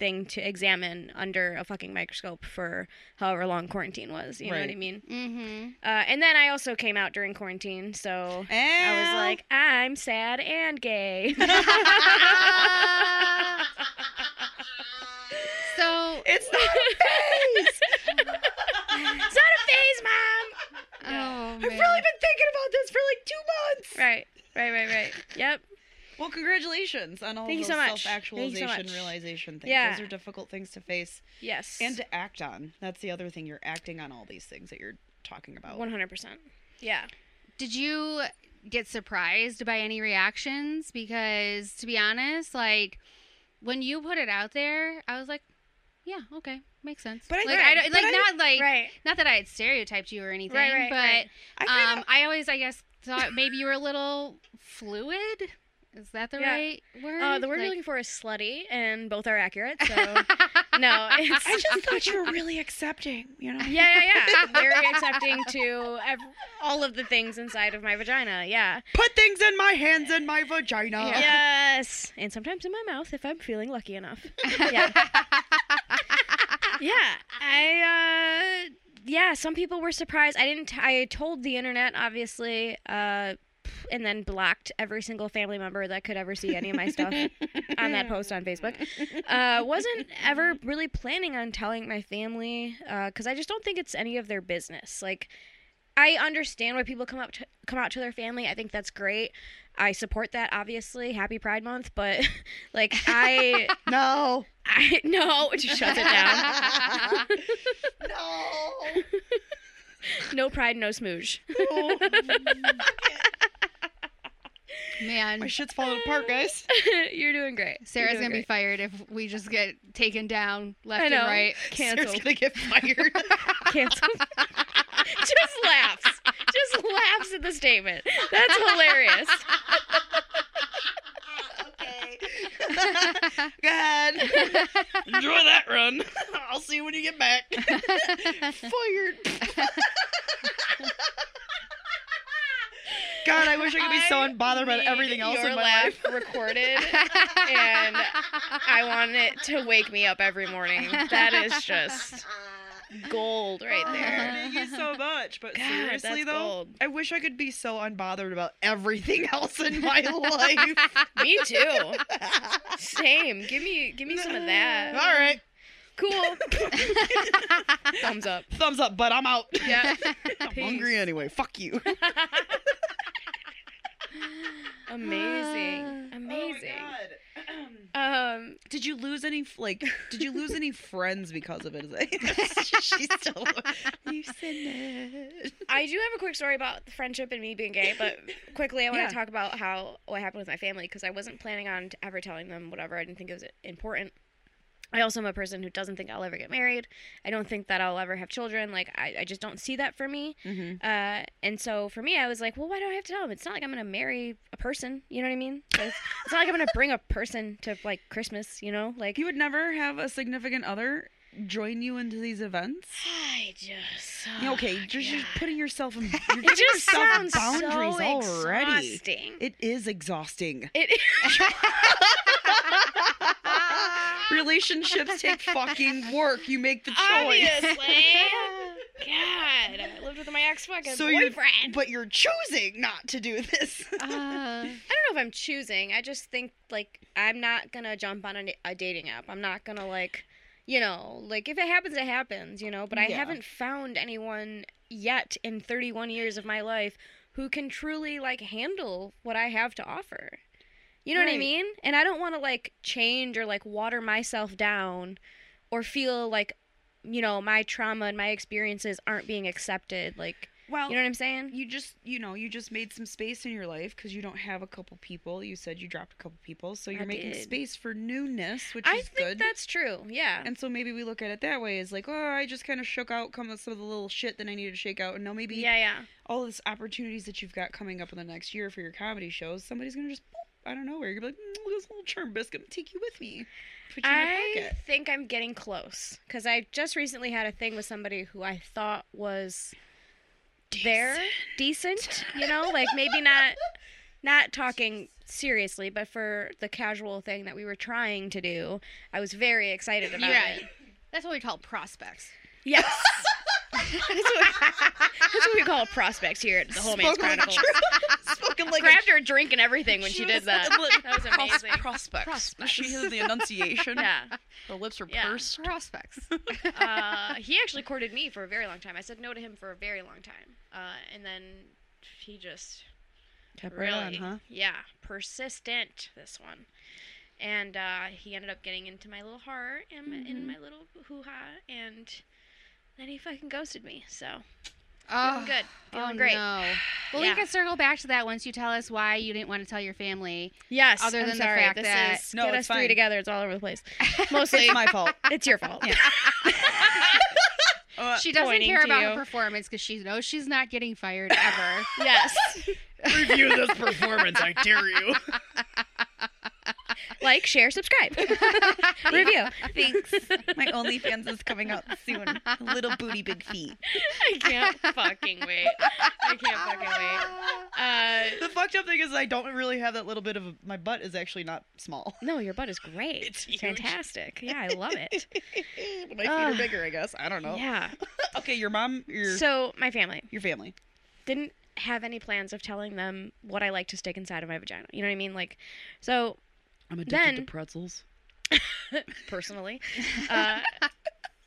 S4: thing to examine under a fucking microscope for however long quarantine was, you know what I
S5: Right.
S4: mean?
S3: mm-hmm.
S4: Uh, and then I also came out during quarantine, so I was
S5: Ow.
S4: like, I'm sad and gay.
S3: So,
S5: it's not a phase.
S4: It's not a phase, mom.
S3: oh man.
S5: I've really been thinking about this for like two months.
S4: Right, right, right, right. Yep.
S5: Well, congratulations on all
S4: Thank you
S5: those
S4: so much. Thank you so
S5: self-actualization,
S4: much.
S5: realization things.
S4: Yeah.
S5: Those are difficult things to face
S4: Yes.
S5: and to act on. That's the other thing. You're acting on all these things that you're talking about.
S4: one hundred percent. Yeah.
S3: Did you get surprised by any reactions? Because to be honest, like when you put it out there, I was like, yeah, okay, makes sense.
S5: But I-
S3: like,
S5: right,
S3: I don't,
S5: but
S3: like
S5: I-
S3: not like
S4: right.
S3: not that I had stereotyped you or anything,
S4: right,
S3: but
S4: right.
S5: I kinda-
S3: um, I always, I guess, thought maybe you were a little fluid. Is that the
S4: Yeah.
S3: right word?
S4: Uh, the word
S3: Like-
S4: you're looking for is slutty, and both are accurate. So no, it's
S3: um,
S5: I just thought you were really accepting. You know.
S4: yeah, yeah, yeah. Very accepting to ev- all of the things inside of my vagina. Yeah.
S5: Put things in my hands and my vagina.
S4: Yes. And sometimes in my mouth if I'm feeling lucky enough. yeah. yeah. I uh yeah, some people were surprised. I didn't I told the internet obviously uh and then blocked every single family member that could ever see any of my stuff on that post on Facebook. Uh, wasn't ever really planning on telling my family because I just don't think it's any of their business. Like, I understand why people come out to, come out to their family. I think that's great. I support that obviously. Happy Pride Month, but like I
S5: No.
S4: I no, it just shuts it down.
S5: No.
S4: No pride, no smooge.
S5: Oh, my
S3: man,
S5: shit's falling apart, guys.
S4: You're doing great.
S3: Sarah's
S4: You're
S3: gonna
S4: doing
S3: be fired if we just get taken down left
S4: I know.
S3: and right.
S5: Sarah's
S4: canceled.
S5: gonna get fired.
S4: canceled. just laughs. Just laughs at the statement. That's hilarious.
S5: okay. Go ahead. Enjoy that run. I'll see you when you get back. Fired. God, I wish I could be so
S4: I
S5: unbothered about
S4: need
S5: everything else
S4: your
S5: in my
S4: laugh
S5: life.
S4: recorded, and I want it to wake me up every morning. That is just gold right there.
S5: Thank you so much. But
S4: God,
S5: seriously,
S4: that's
S5: though,
S4: gold.
S5: I wish I could be so unbothered about everything else in my life.
S4: me too. Same. Give me give me some of
S5: All
S4: that.
S5: right.
S4: Cool. Thumbs up.
S5: Thumbs up, but I'm out. Oh
S4: Yeah.
S5: I'm hungry anyway. Fuck you.
S4: Amazing. Amazing. um
S5: Did you lose any like? Did you lose any friends because of it? Is that- She's still. You said it.
S4: I do have a quick story about friendship and me being gay, but quickly I want
S5: Yeah.
S4: to talk about how what happened with my family because I wasn't planning on t- ever telling them whatever. I didn't think it was important. I also am a person who doesn't think I'll ever get married. I don't think that I'll ever have children. Like I, I just don't see that for me.
S5: Mhm.
S4: Uh, and so for me, I was like, well, why do I have to tell them? It's not like I'm gonna marry a person. You know what I mean? So it's, it's not like I'm gonna bring a person to like Christmas. You know, like
S5: You would never have a significant other join you into these events.
S4: I just
S5: Yeah, Okay, you're just putting yourself in. You're
S4: Oh, It
S5: giving
S4: just
S5: yourself
S4: sounds
S5: boundaries
S4: so
S5: already.
S4: exhausting.
S5: It is exhausting.
S4: It-
S5: Relationships take fucking work. You make the choice.
S4: Obviously. God, I lived with my ex fucking
S5: So you're,
S4: boyfriend.
S5: but you're choosing not to do this.
S2: Uh,
S4: I don't know if I'm choosing. I just think like I'm not gonna jump on a, a dating app. I'm not gonna like, you know, like if it happens, it happens, you know. But I
S5: Yeah.
S4: haven't found anyone yet in 31 years of my life who can truly like handle what I have to offer. You know what I
S5: Right.
S4: mean? And I don't want to like change or like water myself down or feel like you know my trauma and my experiences aren't being accepted like
S5: Well,
S4: you know what i'm saying
S5: you just you know you just made some space in your life because you don't have a couple people you said you dropped a couple people so you're
S4: I
S5: making
S4: did.
S5: space for newness which
S4: i
S5: is
S4: think
S5: good
S4: that's true yeah
S5: and so maybe we look at it that way is like oh i just kind of shook out come with some of the little shit that i needed to shake out and now maybe
S4: yeah yeah
S5: all this opportunities that you've got coming up in the next year for your comedy shows somebody's gonna just boop, i don't know where you're gonna be like mm, this little charm biscuit take you with me put you in your
S4: I
S5: pocket
S4: think I'm getting close because I just recently had a thing with somebody who I thought was there, decent, you know, like maybe not not talking seriously, but for the casual thing that we were trying to do, I was very excited about
S3: Yeah.
S4: it.
S3: That's what we call prospects.
S4: Yes. that's, what, that's what we call prospects here at the Whole Man's
S5: Spoken like a
S4: Chronicles.
S5: spoken like
S4: Grabbed her drink and everything when she, did that. That was amazing.
S6: Prospects. She has the enunciation.
S4: Yeah.
S6: The lips are
S4: Yeah.
S6: pursed.
S3: Prospects.
S4: uh, he actually courted me for a very long time. I said no to him for a very long time, uh, and then he just
S5: kept
S4: really,
S5: right on huh
S4: yeah, persistent. This one, and uh, he ended up getting into my little heart and my-
S5: Mm-hmm.
S4: in my little hoo ha, and then he fucking ghosted me. So feeling good, feeling
S3: oh,
S4: great.
S3: No. Well,
S4: Yeah.
S3: we can circle back to that once you tell us why you didn't want to tell your family.
S4: Yes,
S3: Other
S4: I'm
S3: than the
S4: sorry,
S3: fact
S4: this
S3: that-
S4: is,
S5: No,
S4: get
S5: it's
S4: us three
S5: fine.
S4: together. It's all over the place. Mostly,
S5: it's my fault
S4: it's your fault.
S5: Uh,
S3: She doesn't
S4: pointing
S3: care
S4: to
S3: about
S4: you.
S3: her performance because she knows she's not getting fired ever.
S4: Yes,
S6: Review this performance, I dare you.
S4: like, share, subscribe, review.
S5: Thanks. My OnlyFans is coming out soon. Little booty, big feet.
S4: I can't fucking wait. I can't fucking wait. Uh,
S5: The fucked up thing is I don't really have that little bit of my butt is actually not small.
S4: no, your butt is great. It's fantastic. Yeah, I love it.
S5: But my feet are
S4: Ugh.
S5: bigger, I guess. I don't know.
S4: Yeah.
S5: Okay, your mom, your
S4: So my family
S5: your family.
S4: didn't have any plans of telling them what I like to stick inside of my vagina. You know what I mean? Like, so
S5: I'm
S4: addicted to Then-
S5: pretzels.
S4: personally, uh,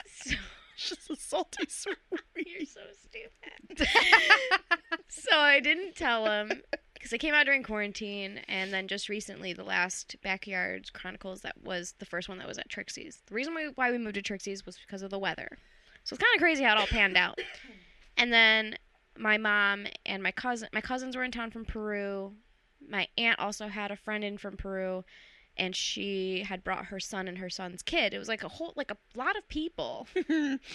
S4: so,
S5: It's just a salty sweet.
S4: you're so stupid. so I didn't tell them because I came out during quarantine, and then just recently, the last Backyard Chronicles that was the first one that was at Trixie's. The reason we, why we moved to Trixie's was because of the weather. So it's kind of crazy how it all panned out. And then my mom and my cousin, my cousins were in town from Peru. My aunt also had a friend in from Peru, and she had brought her son and her son's kid. It was like a whole, like a lot of people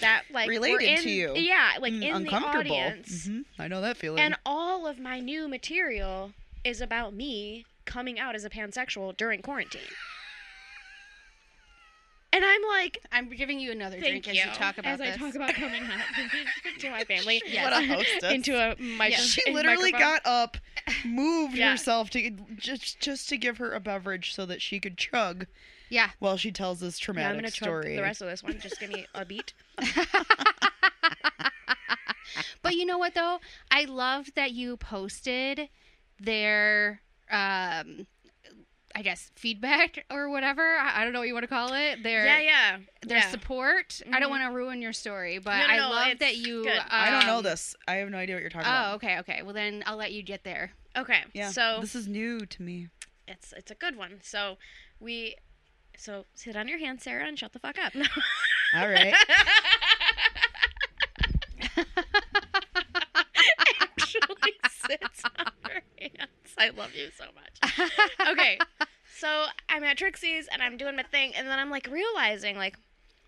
S4: that like were
S5: Related to
S4: in-
S5: you.
S4: Yeah, like
S5: Mm,
S4: in
S5: uncomfortable.
S4: the audience.
S5: Mhm. I know that feeling.
S4: And all of my new material is about me coming out as a pansexual during quarantine. And I'm like,
S3: I'm giving you another
S4: thank
S3: drink
S4: you.
S3: as you talk about
S4: as
S3: this.
S4: I talk about coming out to my family.
S5: What a hostess.
S4: into a mic.
S5: she
S4: a
S5: literally
S4: microphone.
S5: got up, moved
S4: Yeah.
S5: herself to just just to give her a beverage so that she could chug
S3: yeah.
S5: while she tells this
S4: Now I'm
S5: traumatic
S4: gonna chug
S5: story.
S4: the rest of this one. Just give me a beat.
S3: But you know what though? I loved that you posted their um I guess feedback or whatever. I I don't know what you want to call it. Their
S4: yeah, yeah.
S3: their
S4: yeah.
S3: support. I don't
S4: Mhm.
S3: want to ruin your story, but
S4: No, no,
S3: I
S4: no,
S3: love that
S4: it's
S3: you
S4: good.
S5: I don't know
S3: um,
S5: this. I have no idea what you're talking
S3: Oh,
S5: about.
S3: okay, okay. Well then I'll let you get there.
S4: okay.
S5: Yeah.
S4: So
S5: this is new to me.
S4: it's it's a good one. So we so sit on your hand, Sarah, and shut the fuck up.
S5: All right.
S4: actually sits on her hands. I love you so much. Okay, so I'm at Trixie's and I'm doing my thing, and then I'm like realizing like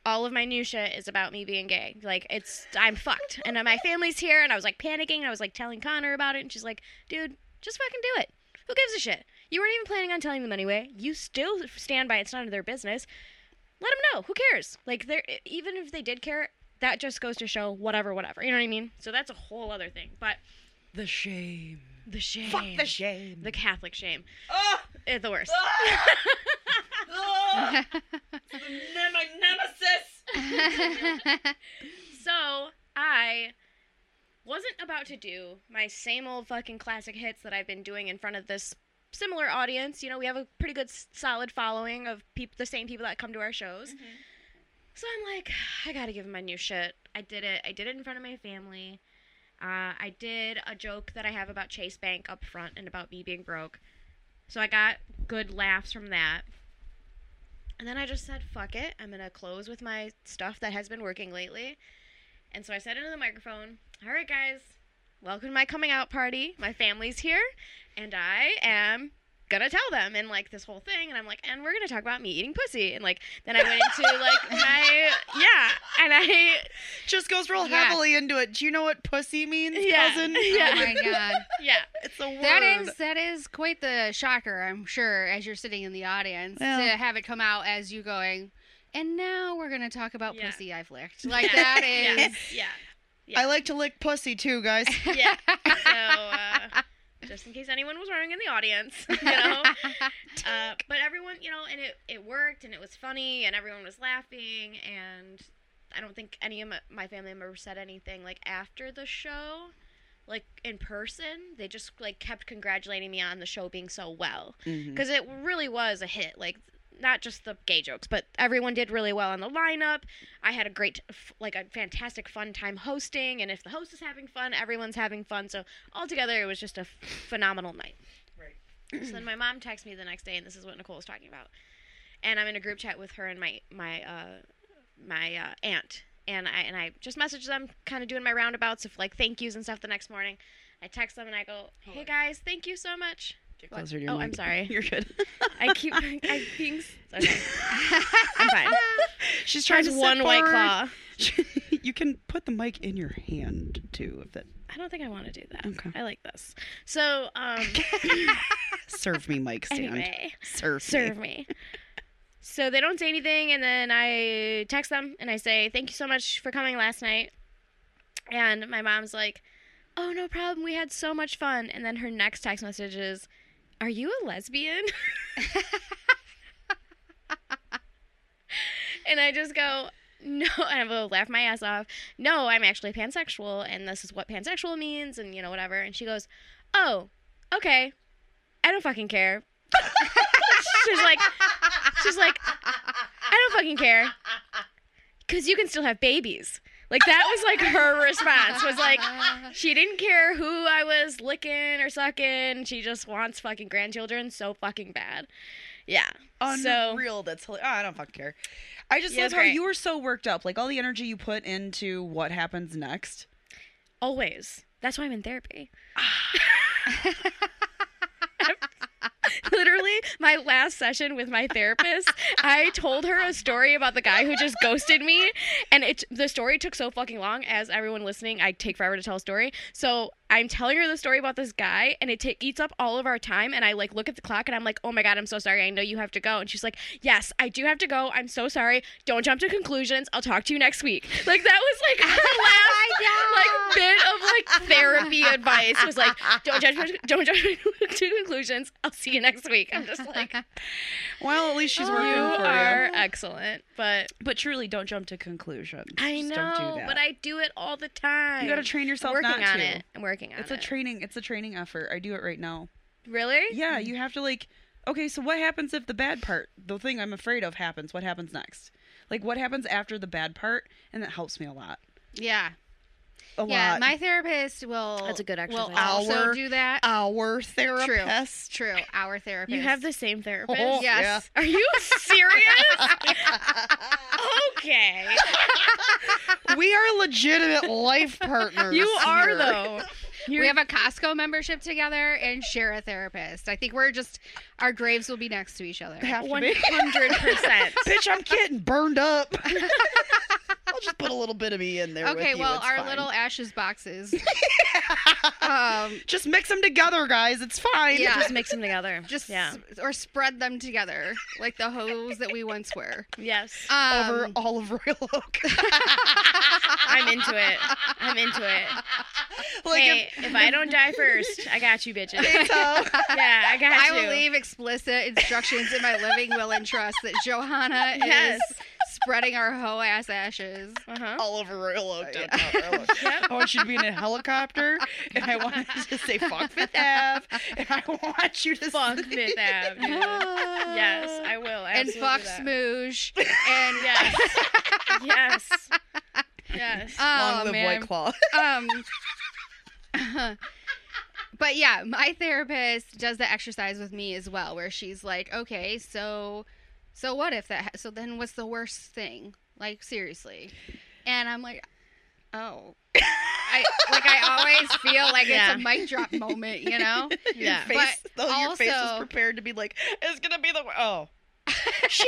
S4: all of my new shit is about me being gay. Like it's I'm fucked, and then my family's here, and I was like panicking, and I was like telling Connor about it, and she's like, "Dude, just fucking do it. Who gives a shit? You weren't even planning on telling them anyway. You still stand by it's none of their business. Let them know. Who cares? Like they're e, even if they did care." That just goes to show whatever, whatever. You know what I mean? So that's a whole other thing. But
S5: The shame.
S4: the shame.
S5: Fuck the shame.
S4: The Catholic shame.
S5: oh,
S4: Eh, the worst.
S5: my nemesis.
S4: so I wasn't about to do my same old fucking classic hits that I've been doing in front of this similar audience. You know, we have a pretty good s- solid following of peop- the same people that come to our shows. So I'm like, I gotta give him my new shit. I did it. I did it in front of my family. Uh, I did a joke that I have about Chase Bank up front and about me being broke. So I got good laughs from that. And then I just said, fuck it. I'm gonna close with my stuff that has been working lately. And so I said into the microphone, all right, guys, welcome to my coming out party. My family's here, and I am gonna tell them and like this whole thing and i'm like and we're gonna talk about me eating pussy and like then i went into like my yeah and i
S5: Just goes real
S3: Yeah.
S5: heavily into it. Do you know what pussy means,
S4: Yeah.
S5: cousin?
S4: Yeah.
S3: Oh my god.
S4: yeah
S5: It's a word.
S3: That is that is quite the shocker, I'm sure, as you're sitting in the audience
S5: Well.
S3: to have it come out as you going. And now we're gonna talk about
S4: Yeah.
S3: pussy I've licked. Like that
S4: yeah,
S3: is
S4: yeah
S5: I like to lick pussy too, guys.
S4: yeah. So, uh, just in case anyone was wondering in the audience, you know. Uh, but everyone, you know, and it, it worked and it was funny and everyone was laughing. And I don't think any of my, my family members said anything like after the show, like in person. They just like kept congratulating me on the show being so well
S5: Mm-hmm.
S4: because it really was a hit. Like not just the gay jokes, but everyone did really well on the lineup. I had a great, f- like a fantastic fun time hosting, and if the host is having fun, everyone's having fun. So altogether, it was just a phenomenal night. Right. so then my mom texts me the next day, and this is what Nicole was talking about. And I'm in a group chat with her and my my uh, my uh, aunt, and I and I just message them, kind of doing my roundabouts of like thank yous and stuff the next morning. I text them and I go, "Hey guys, thank you so much."
S5: Closer to your
S4: Oh,
S5: mic.
S4: I'm sorry.
S5: You're good.
S4: I keep I being s- okay. I'm fine.
S5: She's trying
S4: Tries
S5: to sit
S4: one white
S5: forward.
S4: claw.
S5: you can put the mic in your hand too, if that
S4: I don't think I want to do that.
S5: Okay.
S4: I like this. So, um,
S5: serve me mic stand.
S4: anyway,
S5: Serve,
S4: serve
S5: me.
S4: me. So they don't say anything, and then I text them and I say, "Thank you so much for coming last night." And my mom's like, "Oh, no problem. We had so much fun." And then her next text message is, "Are you a lesbian?" and I just go, "No," and I will laugh my ass off. No, I'm actually pansexual, and this is what pansexual means, and you know whatever. And she goes, "Oh, okay. I don't fucking care." she's like, she's like, I don't fucking care, because you can still have babies. Like that was like her response was like she didn't care who I was licking or sucking. She just wants fucking grandchildren so fucking bad. Yeah. So
S5: Unreal. That's hilarious. I don't fucking care. I just
S4: Yeah,
S5: love
S4: it's
S5: how
S4: great.
S5: you were so worked up. Like all the energy you put into what happens next.
S4: Always. That's why I'm in therapy. Literally, my last session with my therapist, I told her a story about the guy who just ghosted me, and it the story took so fucking long. As everyone listening, I take forever to tell a story, so I'm telling her the story about this guy, and it ta- eats up all of our time. And I like look at the clock, and I'm like, "Oh my god, I'm so sorry. I know you have to go." And she's like, "Yes, I do have to go. I'm so sorry. Don't jump to conclusions. I'll talk to you next week." Like that was like her last like bit of like therapy advice was like, "Don't jump, don't jump to conclusions. I'll see you next week." I'm just like,
S5: Well, at least she's
S4: "You
S5: working for
S4: are
S5: you.
S4: excellent," but
S5: But truly, don't jump to conclusions.
S4: I
S5: Just
S4: know,
S5: Don't do that.
S4: but I do it all the time.
S5: you gotta train
S4: I'm
S5: yourself
S4: working
S5: not
S4: on
S5: to.
S4: it. I'm working on
S5: It's
S4: it.
S5: a training. It's a training effort. I do it right now.
S4: really?
S5: Yeah, you have to like. Okay, so what happens if the bad part, the thing I'm afraid of, happens? What happens next? Like, what happens after the bad part? And that helps me a lot.
S3: Yeah.
S5: A
S3: Yeah.
S5: lot.
S3: My therapist will.
S4: That's a good
S3: Will
S4: exercise.
S3: also
S5: Our-
S3: do that.
S5: our therapist.
S3: True. Our therapist.
S4: uh, You have the same therapist?
S5: Oh,
S3: Yes.
S4: Are you serious? okay.
S5: we are legitimate life partners.
S4: You are
S5: here.
S4: though.
S3: We have a Costco membership together and share a therapist. I think we're just our graves will be next to each other.
S5: Have to
S4: One
S5: be.
S4: hundred percent.
S5: Bitch, I'm getting burned up. I'll just put a little bit of me in there. with
S3: Okay,
S5: you,
S3: well,
S5: it's
S3: our
S5: fine.
S3: little ashes boxes. um,
S5: Just mix them together, guys. It's fine.
S3: Yeah.
S4: Just mix them together.
S3: just
S4: yeah.
S3: s- or spread them together like the hose that we once were.
S4: Yes.
S3: Um,
S5: Over all of Royal Oak.
S4: I'm into it. I'm into it.
S5: like
S4: hey, if, I don't die first, I got you, bitches.
S5: if so,
S4: yeah, I got
S3: I
S4: you.
S3: will leave explicit instructions in my living will and trust that Johanna
S4: Yes.
S3: is spreading our hoe ass ashes.
S4: Uh-huh.
S5: all over Royal Oak.
S3: Yeah.
S5: downtown Uh, Royal Oak.
S4: Yep.
S5: I want you to be in a helicopter, and I want you to say "fuck Fifth Ave," and I want you to
S4: Fuck
S5: say-
S4: Fifth Ave. dude. yes, I will. I
S3: and
S4: absolutely
S3: fuck
S4: do that.
S3: smooge and
S4: Yes. yes. Yes.
S5: Long
S3: oh
S5: live
S3: man.
S5: White Claw.
S3: um but yeah my therapist does the exercise with me as well where she's like okay so so what if that ha- so then what's the worst thing like seriously and i'm like oh i like i always feel like
S4: Yeah.
S3: it's a mic drop moment you know
S4: yeah.
S5: Your face,
S3: But
S5: though, your face is
S3: also-
S5: prepared to be like, it's gonna be the oh, shit.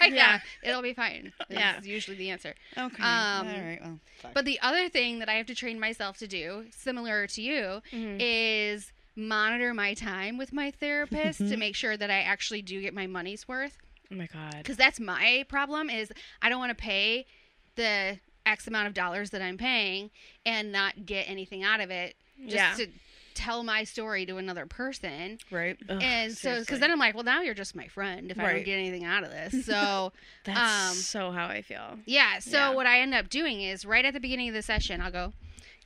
S3: yeah.
S4: Yeah.
S3: it'll be fine
S4: Yeah.
S3: yeah is usually the answer
S5: Okay. All
S3: Um,
S5: right. Well, fuck.
S3: but the other thing that i have to train myself to do similar to you
S4: Mhm.
S3: is monitor my time with my therapist to make sure that I actually do get my money's worth
S4: Oh my god.
S3: because that's my problem is I don't want to pay the x amount of dollars that I'm paying and not get anything out of it just
S4: Yeah.
S3: to tell my story to another person
S5: right.
S4: Ugh,
S3: and so
S4: seriously.
S3: because then I'm like well now you're just my friend if I
S5: Right.
S3: don't get anything out of this so
S4: That's
S3: Um,
S4: so how I feel.
S3: Yeah. So
S4: Yeah.
S3: what I end up doing is right at the beginning of the session, I'll go,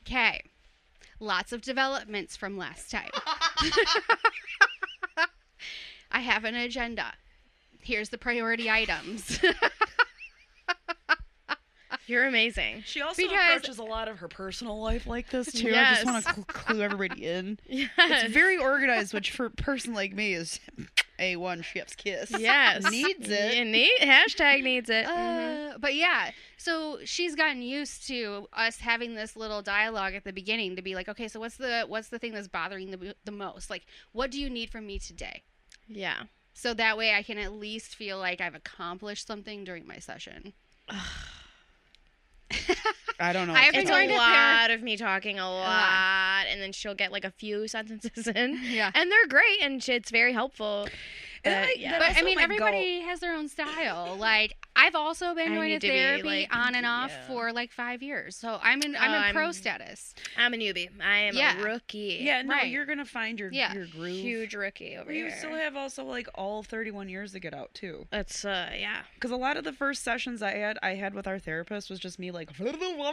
S3: okay, lots of developments from last time. I have an agenda. Here's the priority items.
S4: You're amazing.
S6: She also
S3: Because-
S6: approaches a lot of her personal life like this too.
S5: Too. I just want
S4: Yes.
S5: to clue everybody in.
S4: Yes.
S5: It's very organized, which for a person like me is a one chef's kiss.
S4: yes.
S5: needs it.
S4: You need hashtag needs it. Mhm.
S3: Uh, but yeah, so she's gotten used to us having this little dialogue at the beginning to be like, okay, so what's the what's the thing that's bothering the the most? Like, what do you need from me today?
S4: Yeah.
S3: So that way I can at least feel like I've accomplished something during my session.
S5: I don't know.
S3: I
S5: what
S3: haven't
S5: to
S4: It's
S5: tell
S4: a
S3: joined
S5: you.
S3: a
S4: lot of me talking a lot, and then she'll get like a few sentences in,
S3: Yeah.
S4: and they're great, and sh- it's very helpful.
S5: And
S4: But,
S5: I-
S4: yeah.
S5: that
S3: But I
S5: also,
S3: mean,
S5: like, go-
S3: everybody has their own style. Like I've also been
S4: I
S3: going to
S4: need to be,
S3: therapy
S4: like,
S3: on and off
S4: yeah.
S3: for like five years, so I'm in I'm
S4: Oh,
S3: in
S4: I'm-
S3: pro status.
S4: I'm a newbie. I am
S3: Yeah.
S4: a rookie.
S5: Yeah, no,
S3: Right.
S5: you're gonna find your
S3: Yeah.
S5: your groove.
S4: Huge rookie over
S5: Well, you
S4: here.
S5: still have also like all 31 years to get out too.
S4: That's uh, yeah.
S5: Because a lot of the first sessions I had, I had with our therapist was just me like.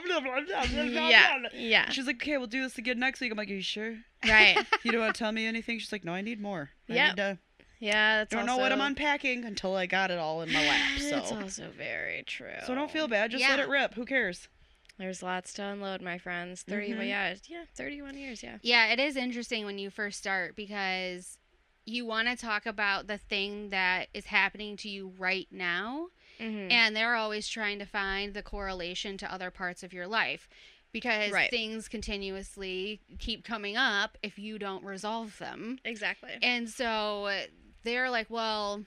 S4: yeah, yeah,
S5: She's like, okay, we'll do this again next week. I'm like, are you sure?
S4: right.
S5: You don't want to tell me anything? She's like, no, I need more. I
S4: Yep.
S5: need to-
S4: Yeah, that's
S5: don't know what I'm
S4: also-
S5: unpacking until I got it all in my lap.
S4: That's
S5: So,
S4: also very true.
S5: so don't feel bad. Just let
S3: Yeah.
S5: it rip. Who caars
S4: There's lots to unload, my friends. 30 well,
S5: Mhm.
S4: yeah, yeah, 31 years, yeah.
S3: Yeah, it is interesting when you first start because you want to talk about the thing that is happening to you right now,
S4: Mm-hmm.
S3: and they're always trying to find the correlation to other parts of your life because
S4: Right.
S3: things continuously keep coming up if you don't resolve them.
S4: exactly.
S3: And so uh, they're like, well,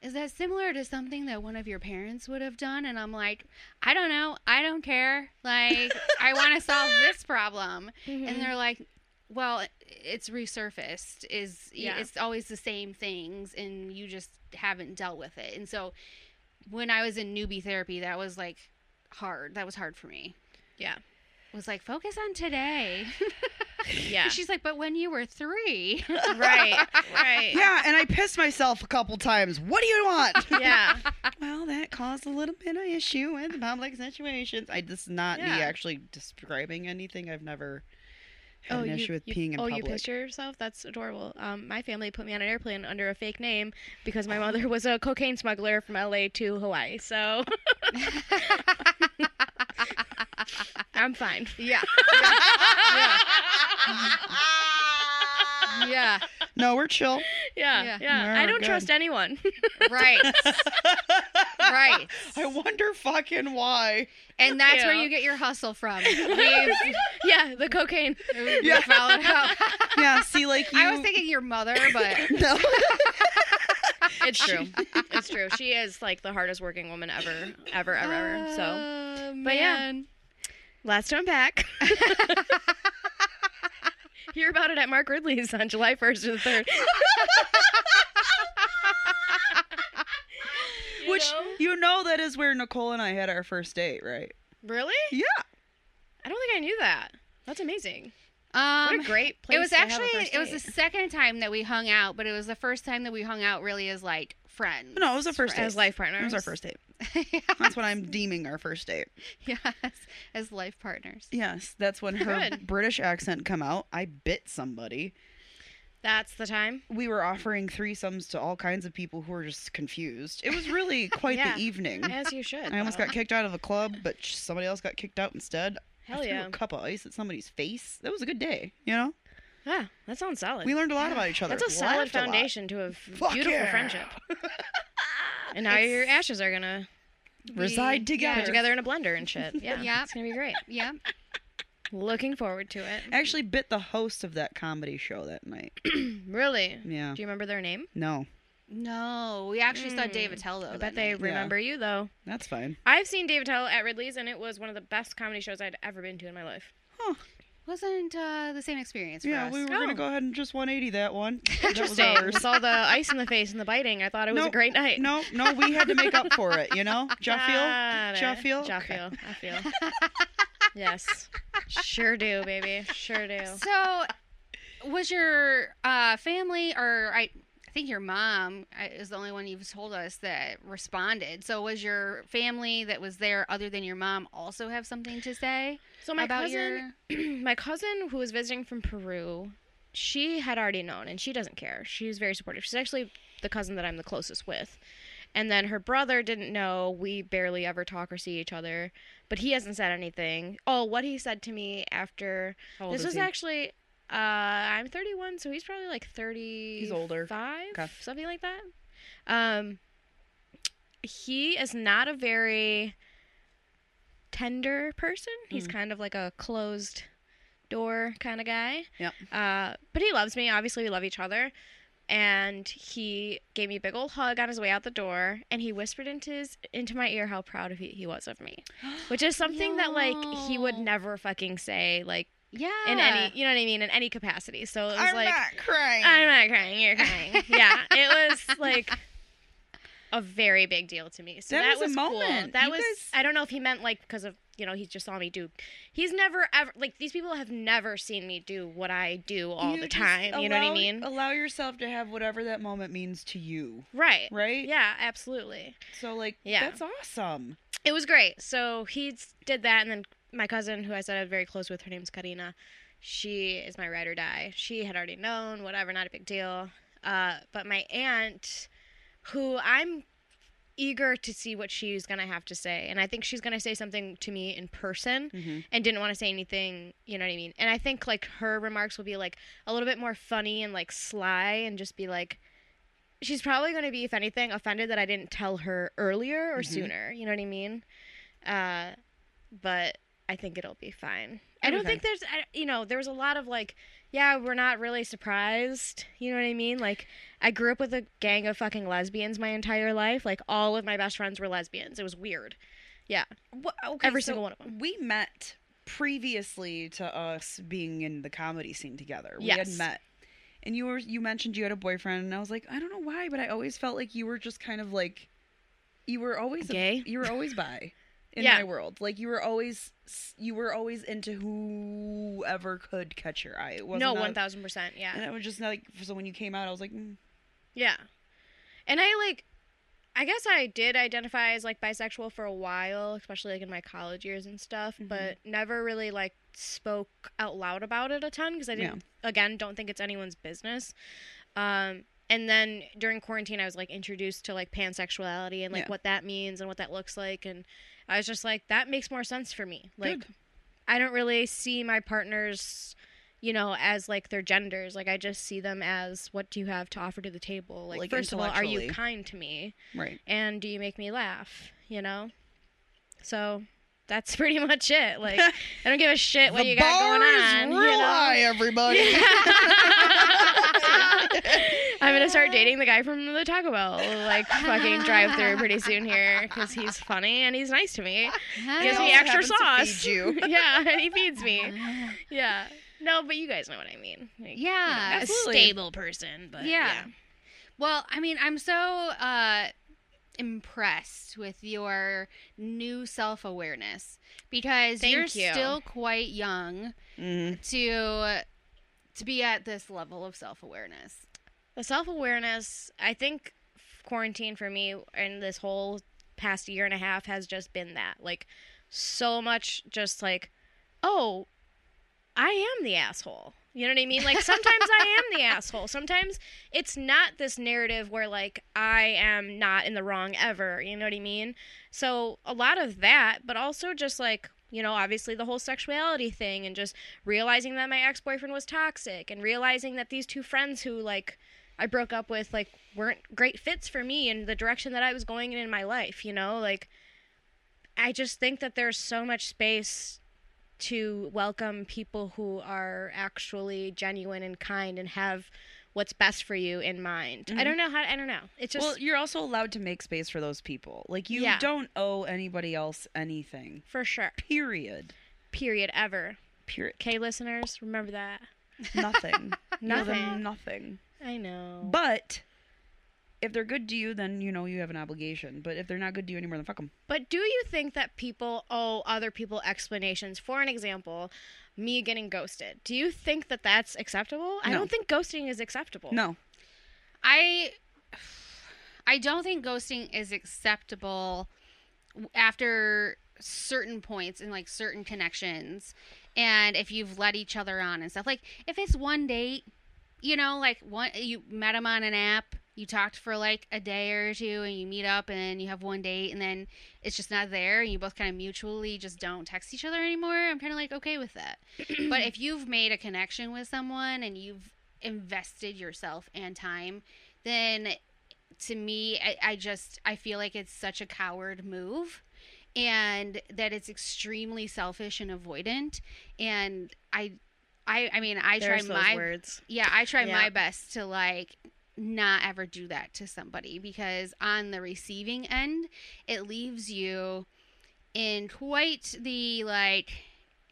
S3: is that similar to something that one of your parents would have done? And I'm like, I don't
S4: Mm-hmm.
S3: know. I don't care. Like, I want to solve this problem. And they're like, well, it- it's resurfaced. Is
S4: Yeah.
S3: it's always the same things, and you just haven't dealt with it. And so, when I was in newbie therapy, that was like hard. That was hard for me.
S4: Yeah.
S3: Was like focus on today.
S4: Yeah.
S3: And she's like, but when you were three,
S4: right. Right.
S5: Yeah, and I pissed myself a couple times. What do you want?
S4: Yeah.
S5: well, that caused a little bit of issue with public situations. I this is not me
S4: Yeah.
S5: actually describing anything. I've never had an issue with peeing in
S4: oh,
S5: public.
S4: you pissed yourself? That's adorable. Um, my family put me on an airplane under a fake name because my
S5: Oh.
S4: mother was a cocaine smuggler from LA to Hawaii. So I'm fine.
S1: Yeah. yeah.
S5: no, we're chill.
S4: Yeah.
S3: Yeah.
S4: Yeah.
S5: No,
S4: I
S5: we're
S4: don't
S5: good.
S4: trust anyone.
S3: right, right.
S5: I wonder fucking why.
S3: And that's where
S4: Yeah.
S3: you get your hustle from. We've-
S4: yeah, the cocaine.
S3: we followed up.
S5: Yeah, see, like you.
S3: I was thinking your mother, but
S5: No.
S4: It's true. it's true. She is like the hardest working woman ever, ever, ever, ever.
S5: Uh.
S4: So
S3: but yeah.
S4: lots to unpack. Hear about it at Mark Ridley's on July 1st to the 3rd.
S5: Which you know that is where Nicole and I had our first date, right?
S4: Really?
S5: Yeah.
S4: I don't think I knew that. That's amazing.
S3: Um,
S4: what a great place.
S3: it was
S4: to have a
S3: actually
S4: first
S3: it was the
S4: date.
S3: second time that we hung out, but it was the first time that we hung out really as like friends.
S5: No, it was our first date.
S4: as life partners.
S5: It was our first date. That's what I'm deeming our first date.
S3: yes, as life partners.
S5: Yes, that's when her
S4: Good.
S5: British accent come out. I bit somebody.
S4: That's the time.
S5: We were offering threesomes to all kinds of people who were just confused. It was really quite
S4: Yeah.
S5: the evening.
S4: As you should.
S5: I almost
S4: though.
S5: got kicked out of the club, but sh- somebody else got kicked out instead. I
S4: Hell
S5: threw
S4: yeah.
S5: a cup of ice at somebody's face. That was a good day, you know.
S4: Yeah, that sounds solid.
S5: We learned a lot about each other.
S4: That's a solid
S5: Laughed lot.
S4: foundation to a f-
S5: Fuck
S4: beautiful
S5: yeah.
S4: friendship. and now your ashes are gonna
S5: Reside together.
S4: put together in a blender and shit. Yeah,
S3: Yep.
S4: it's gonna be great.
S3: Yeah.
S4: Looking forward to it.
S5: Actually, bit the host of that comedy show that night.
S4: Really?
S5: Yeah.
S4: Do you remember their name?
S5: No,
S3: No, we actually saw
S4: Mm.
S3: Dave Attell
S5: Oh,
S3: though.
S4: I
S3: that
S4: bet they
S3: night.
S4: remember you though.
S5: that's fine.
S4: I've seen Dave Attell at Ridley's, and it was one of the best comedy shows I'd ever been to in my life.
S3: wasn't uh, the same experience for
S5: Yeah,
S3: us.
S5: we were gonna
S4: Oh.
S5: go aheid and just 180 that one. That was
S4: Interesting.
S5: ours.
S4: With all the ice in the face and the biting, I thought it was
S5: No,
S4: a great night.
S5: No, no, we had to make up for it. You know, Jaffiel.
S4: Got it.
S5: Jaffiel?
S4: Jaffiel. I feel. yes. Sure do, baby. Sure do.
S3: So, was your uh, family, or I, I think your mom I- is the only one you've told us that responded. So, was your family that was there, other than your mom, also have something to say
S4: So my
S3: about
S4: cousin, my cousin who was visiting from Peru, she had already known, and she doesn't care. She's very supportive. She's actually the cousin that I'm the closest with. And then her brother didn't know. We barely ever talk or see each other, but he hasn't said anything. Oh, what he said to me after
S5: How old
S4: this
S5: is
S4: was
S5: he?
S4: actually uh I'm 31, so he's probably like 30.
S5: older.
S4: Five,
S5: Okay.
S4: something like that. Um, he is not a very tender person.
S5: Hmm.
S4: He's kind of like a closed door kind of guy.
S5: Yep.
S4: Uh, but he loves me. Obviously, we love each other. And he gave me a big old hug on his way out the door, and he whispered into his into my ear how proud of he, he was of me, which is something that like he would
S3: Yo.
S4: never fucking say like
S3: you? Yeah.
S4: in any you know what I mean in any capacity. So it was
S5: I'm
S4: like
S5: not crying.
S4: I'm not crying. You're crying. yeah, it was like a very big deal to me. So
S5: That
S4: that,
S5: was a
S4: cool.
S5: moment.
S4: That
S5: You
S4: was.
S5: guys-
S4: I don't know if he meant like because of you know he just saw me do. He's never ever like these people have never seen me do what I do all
S5: You
S4: the
S5: just
S4: time. you know what I
S5: allow-
S4: mean?
S5: Allow yourself to have whatever that moment means to you,
S4: right.
S5: right?
S4: Yeah, absolutely.
S5: So like,
S4: Yeah.
S5: that's awesome.
S4: It was great. So he s- did that, and then my cousin, who I said I was very close with, her name's Karina. She is my ride or die. She had already known, whatever, not a big deal. Uh, but my aunt, who I'm eager to see what she's gonna have to say, and I think she's gonna say something to me in person,
S5: Mhm.
S4: and didn't want to say anything. You know what I mean? And I think like her remarks will be like a little bit more funny and like sly, and just be like, she's probably going to be, if anything, offended that I didn't tell her earlier
S5: Mm-hmm.
S4: or sooner. You know what I mean? Uh, but I think it'll be fine. I don't
S5: Okay.
S4: think there's, I, you know, there was a lot of like, yeah, we're not really surprised. You know what I mean? Like, I grew up with a gang of fucking lesbians my entire life. Like, all of my best friends were lesbians. It was weird. Yeah.
S5: Wha- okay,
S4: Every
S5: so
S4: single one of 'em.
S5: We met previously to us being in the comedy scene together. We
S4: Yes.
S5: had met. And you were you mentioned you had a boyfriend and I was like, I don't know why, but I always felt like you were just kind of like you were always a-
S4: Gay?
S5: you were always bi in
S4: Yeah.
S5: my world. Like you were always you were always into whoever could catch your eye. It wasn't
S4: no,
S5: a-
S4: one thousand percent.
S5: And
S4: Yeah,
S5: it was just like so when you came out I was like mm,
S4: yeah. And I like, I guess I did identify as like bisexual for a while, especially like in my college years and stuff, but never really like spoke out loud about it a ton because I didn't. Again, don't think it's anyone's business. Um, and then during quarantine, I was like introduced to like pansexuality and like
S5: Yeah.
S4: what that means and what that looks like, and I was just like, that makes more sense for me. Like,
S5: Good.
S4: I don't really see my partners, you know, as like their genders. Like, I just see them as what do you have to offer to the table? Like,
S5: Like,
S4: first of all, are you
S5: intellectually.
S4: kind to me?
S5: right.
S4: And do you make me laugh? You know? So that's pretty much it. Like, I don't give a shit what
S5: the
S4: you got
S5: bar
S4: going on.
S5: is
S4: you
S5: real
S4: know?
S5: high, everybody.
S4: I'm gonna start dating the guy from the Taco Bell, like fucking drive-through pretty soon here, because he's funny and he's nice to me. Gives me
S5: also
S4: extra
S5: happens to
S4: sauce.
S5: feed you.
S4: yeah, and he feeds me. Yeah. No, but you guys know what I mean. Like, you know,
S3: Yeah,
S4: a
S3: absolutely.
S4: stable person, but
S3: Yeah.
S4: yeah.
S3: Well, I mean, I'm so uh, impressed with your new self awareness because
S4: Thank
S3: you're
S4: you.
S3: still quite young
S5: Mhm.
S3: to to be at this level of self awareness.
S4: The self-awareness, I think f- quarantine for me and this whole past year and a half has just been that. Like so much just like, oh, I am the asshole. You know what I mean? Like sometimes I am the asshole. Sometimes it's not this narrative where like I am not in the wrong ever. You know what I mean? So a lot of that, but also just like, you know, obviously the whole sexuality thing and just realizing that my ex boyfriend was toxic and realizing that these two friends who like I broke up with like weren't great fits for me and the direction that I was going in in my life, you know? Like I just think that there's so much space to welcome people who are actually genuine and kind and have what's best for you in mind. I don't know how I don't know. It's just
S5: well, you're also allowed to make space for those people. Like you
S4: Yeah.
S5: don't owe anybody else anything.
S4: for sure.
S5: Period.
S4: Period ever.
S5: Period.
S4: Okay, listeners, remember that.
S5: Nothing. You owe them
S4: Nothing.
S5: nothing.
S4: I know.
S5: But if they're good to you, then you know you have an obligation. But if they're not good to you anymore, then fuck them.
S4: But do you think that people owe other people explanations? For an example, me getting ghosted. Do you think that that's acceptable? I
S5: No.
S4: don't think ghosting is acceptable.
S5: No.
S3: I I don't think ghosting is acceptable after certain points and like certain connections and if you've let each other on and stuff like if it's one date you know like one you met him on an app you talked for like a day or two and you meet up and you have one date and then it's just not there and you both kind of mutually just don't text each other anymore i'm kind of like okay with that but if you've made a connection with someone and you've invested yourself and time then to me I, I just i feel like it's such a coward move and that it's extremely selfish and avoidant and i i i mean i
S4: There's
S3: try
S4: those
S3: my
S4: words.
S3: yeah, I try my
S4: Yeah.
S3: best to like not ever do that to somebody because on the receiving end, it leaves you in quite the like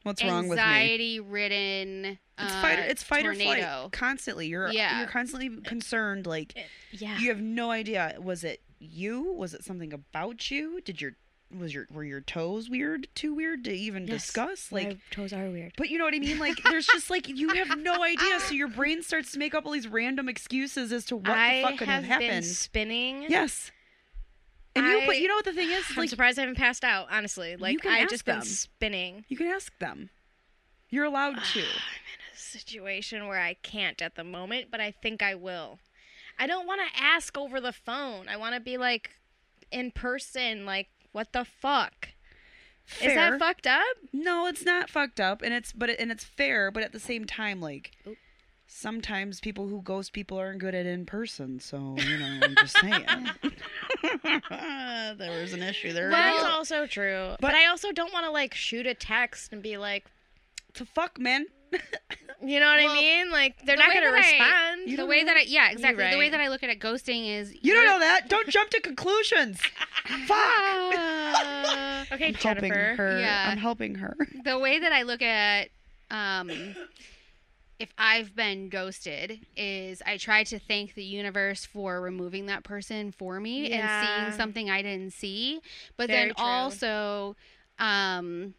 S5: What's wrong with me?
S3: anxiety ridden.
S5: It's
S3: uh,
S5: fight. It's fight or
S3: tornado.
S5: flight. Constantly, you're
S3: Yeah.
S5: you're constantly concerned. Like
S4: Yeah.
S5: you have no idea. Was it you? Was it something about you? Did your was your were your toes weird? Too weird to even discuss? Like
S4: toes are weird.
S5: But you know what I mean? Like, there's just like, you have no idea. So your brain starts to make up all these random excuses as to what
S4: I
S5: the fuck could have,
S4: have been
S5: happened.
S4: spinning.
S5: yes. And you, but
S4: I-
S5: you know what the thing is?
S4: I'm
S5: Like,
S4: surprised I haven't passed out, honestly. Like
S5: can
S4: I've
S5: ask
S4: just
S5: them.
S4: been spinning
S5: you can ask them. You're allowed to.
S4: a situation where I can't at the moment, but I think I will. I don't want to ask over the phone. I want to be like in person, like what the fuck? Is
S5: Fair.
S4: that fucked up?
S5: No, it's not fucked up, and it's but it, and it's fair, but at the same time, like. Sometimes people who ghost people aren't good at in person, so you know. I'm just saying, there was an issue there.
S4: That's also true. But, I also don't want to like shoot a text and be like,
S5: to fuck, man.
S4: you know what I
S3: Well,
S4: mean? Like they're
S3: the
S4: not
S3: way
S4: going to
S3: that I-
S4: respond.
S3: the way that I yeah exactly the way
S4: right.
S3: that I look at it ghosting is
S5: You don't know that. Don't jump to conclusions. fuck.
S3: Uh,
S4: Okay,
S5: I'm helping
S4: Jennifer.
S5: her.
S3: Yeah.
S5: I'm helping her.
S3: the way that I look at um if I've been ghosted is I try to thank the universe for removing that person for me and
S4: Yeah.
S3: seeing something I didn't see. But
S4: Very
S3: then
S4: true.
S3: also um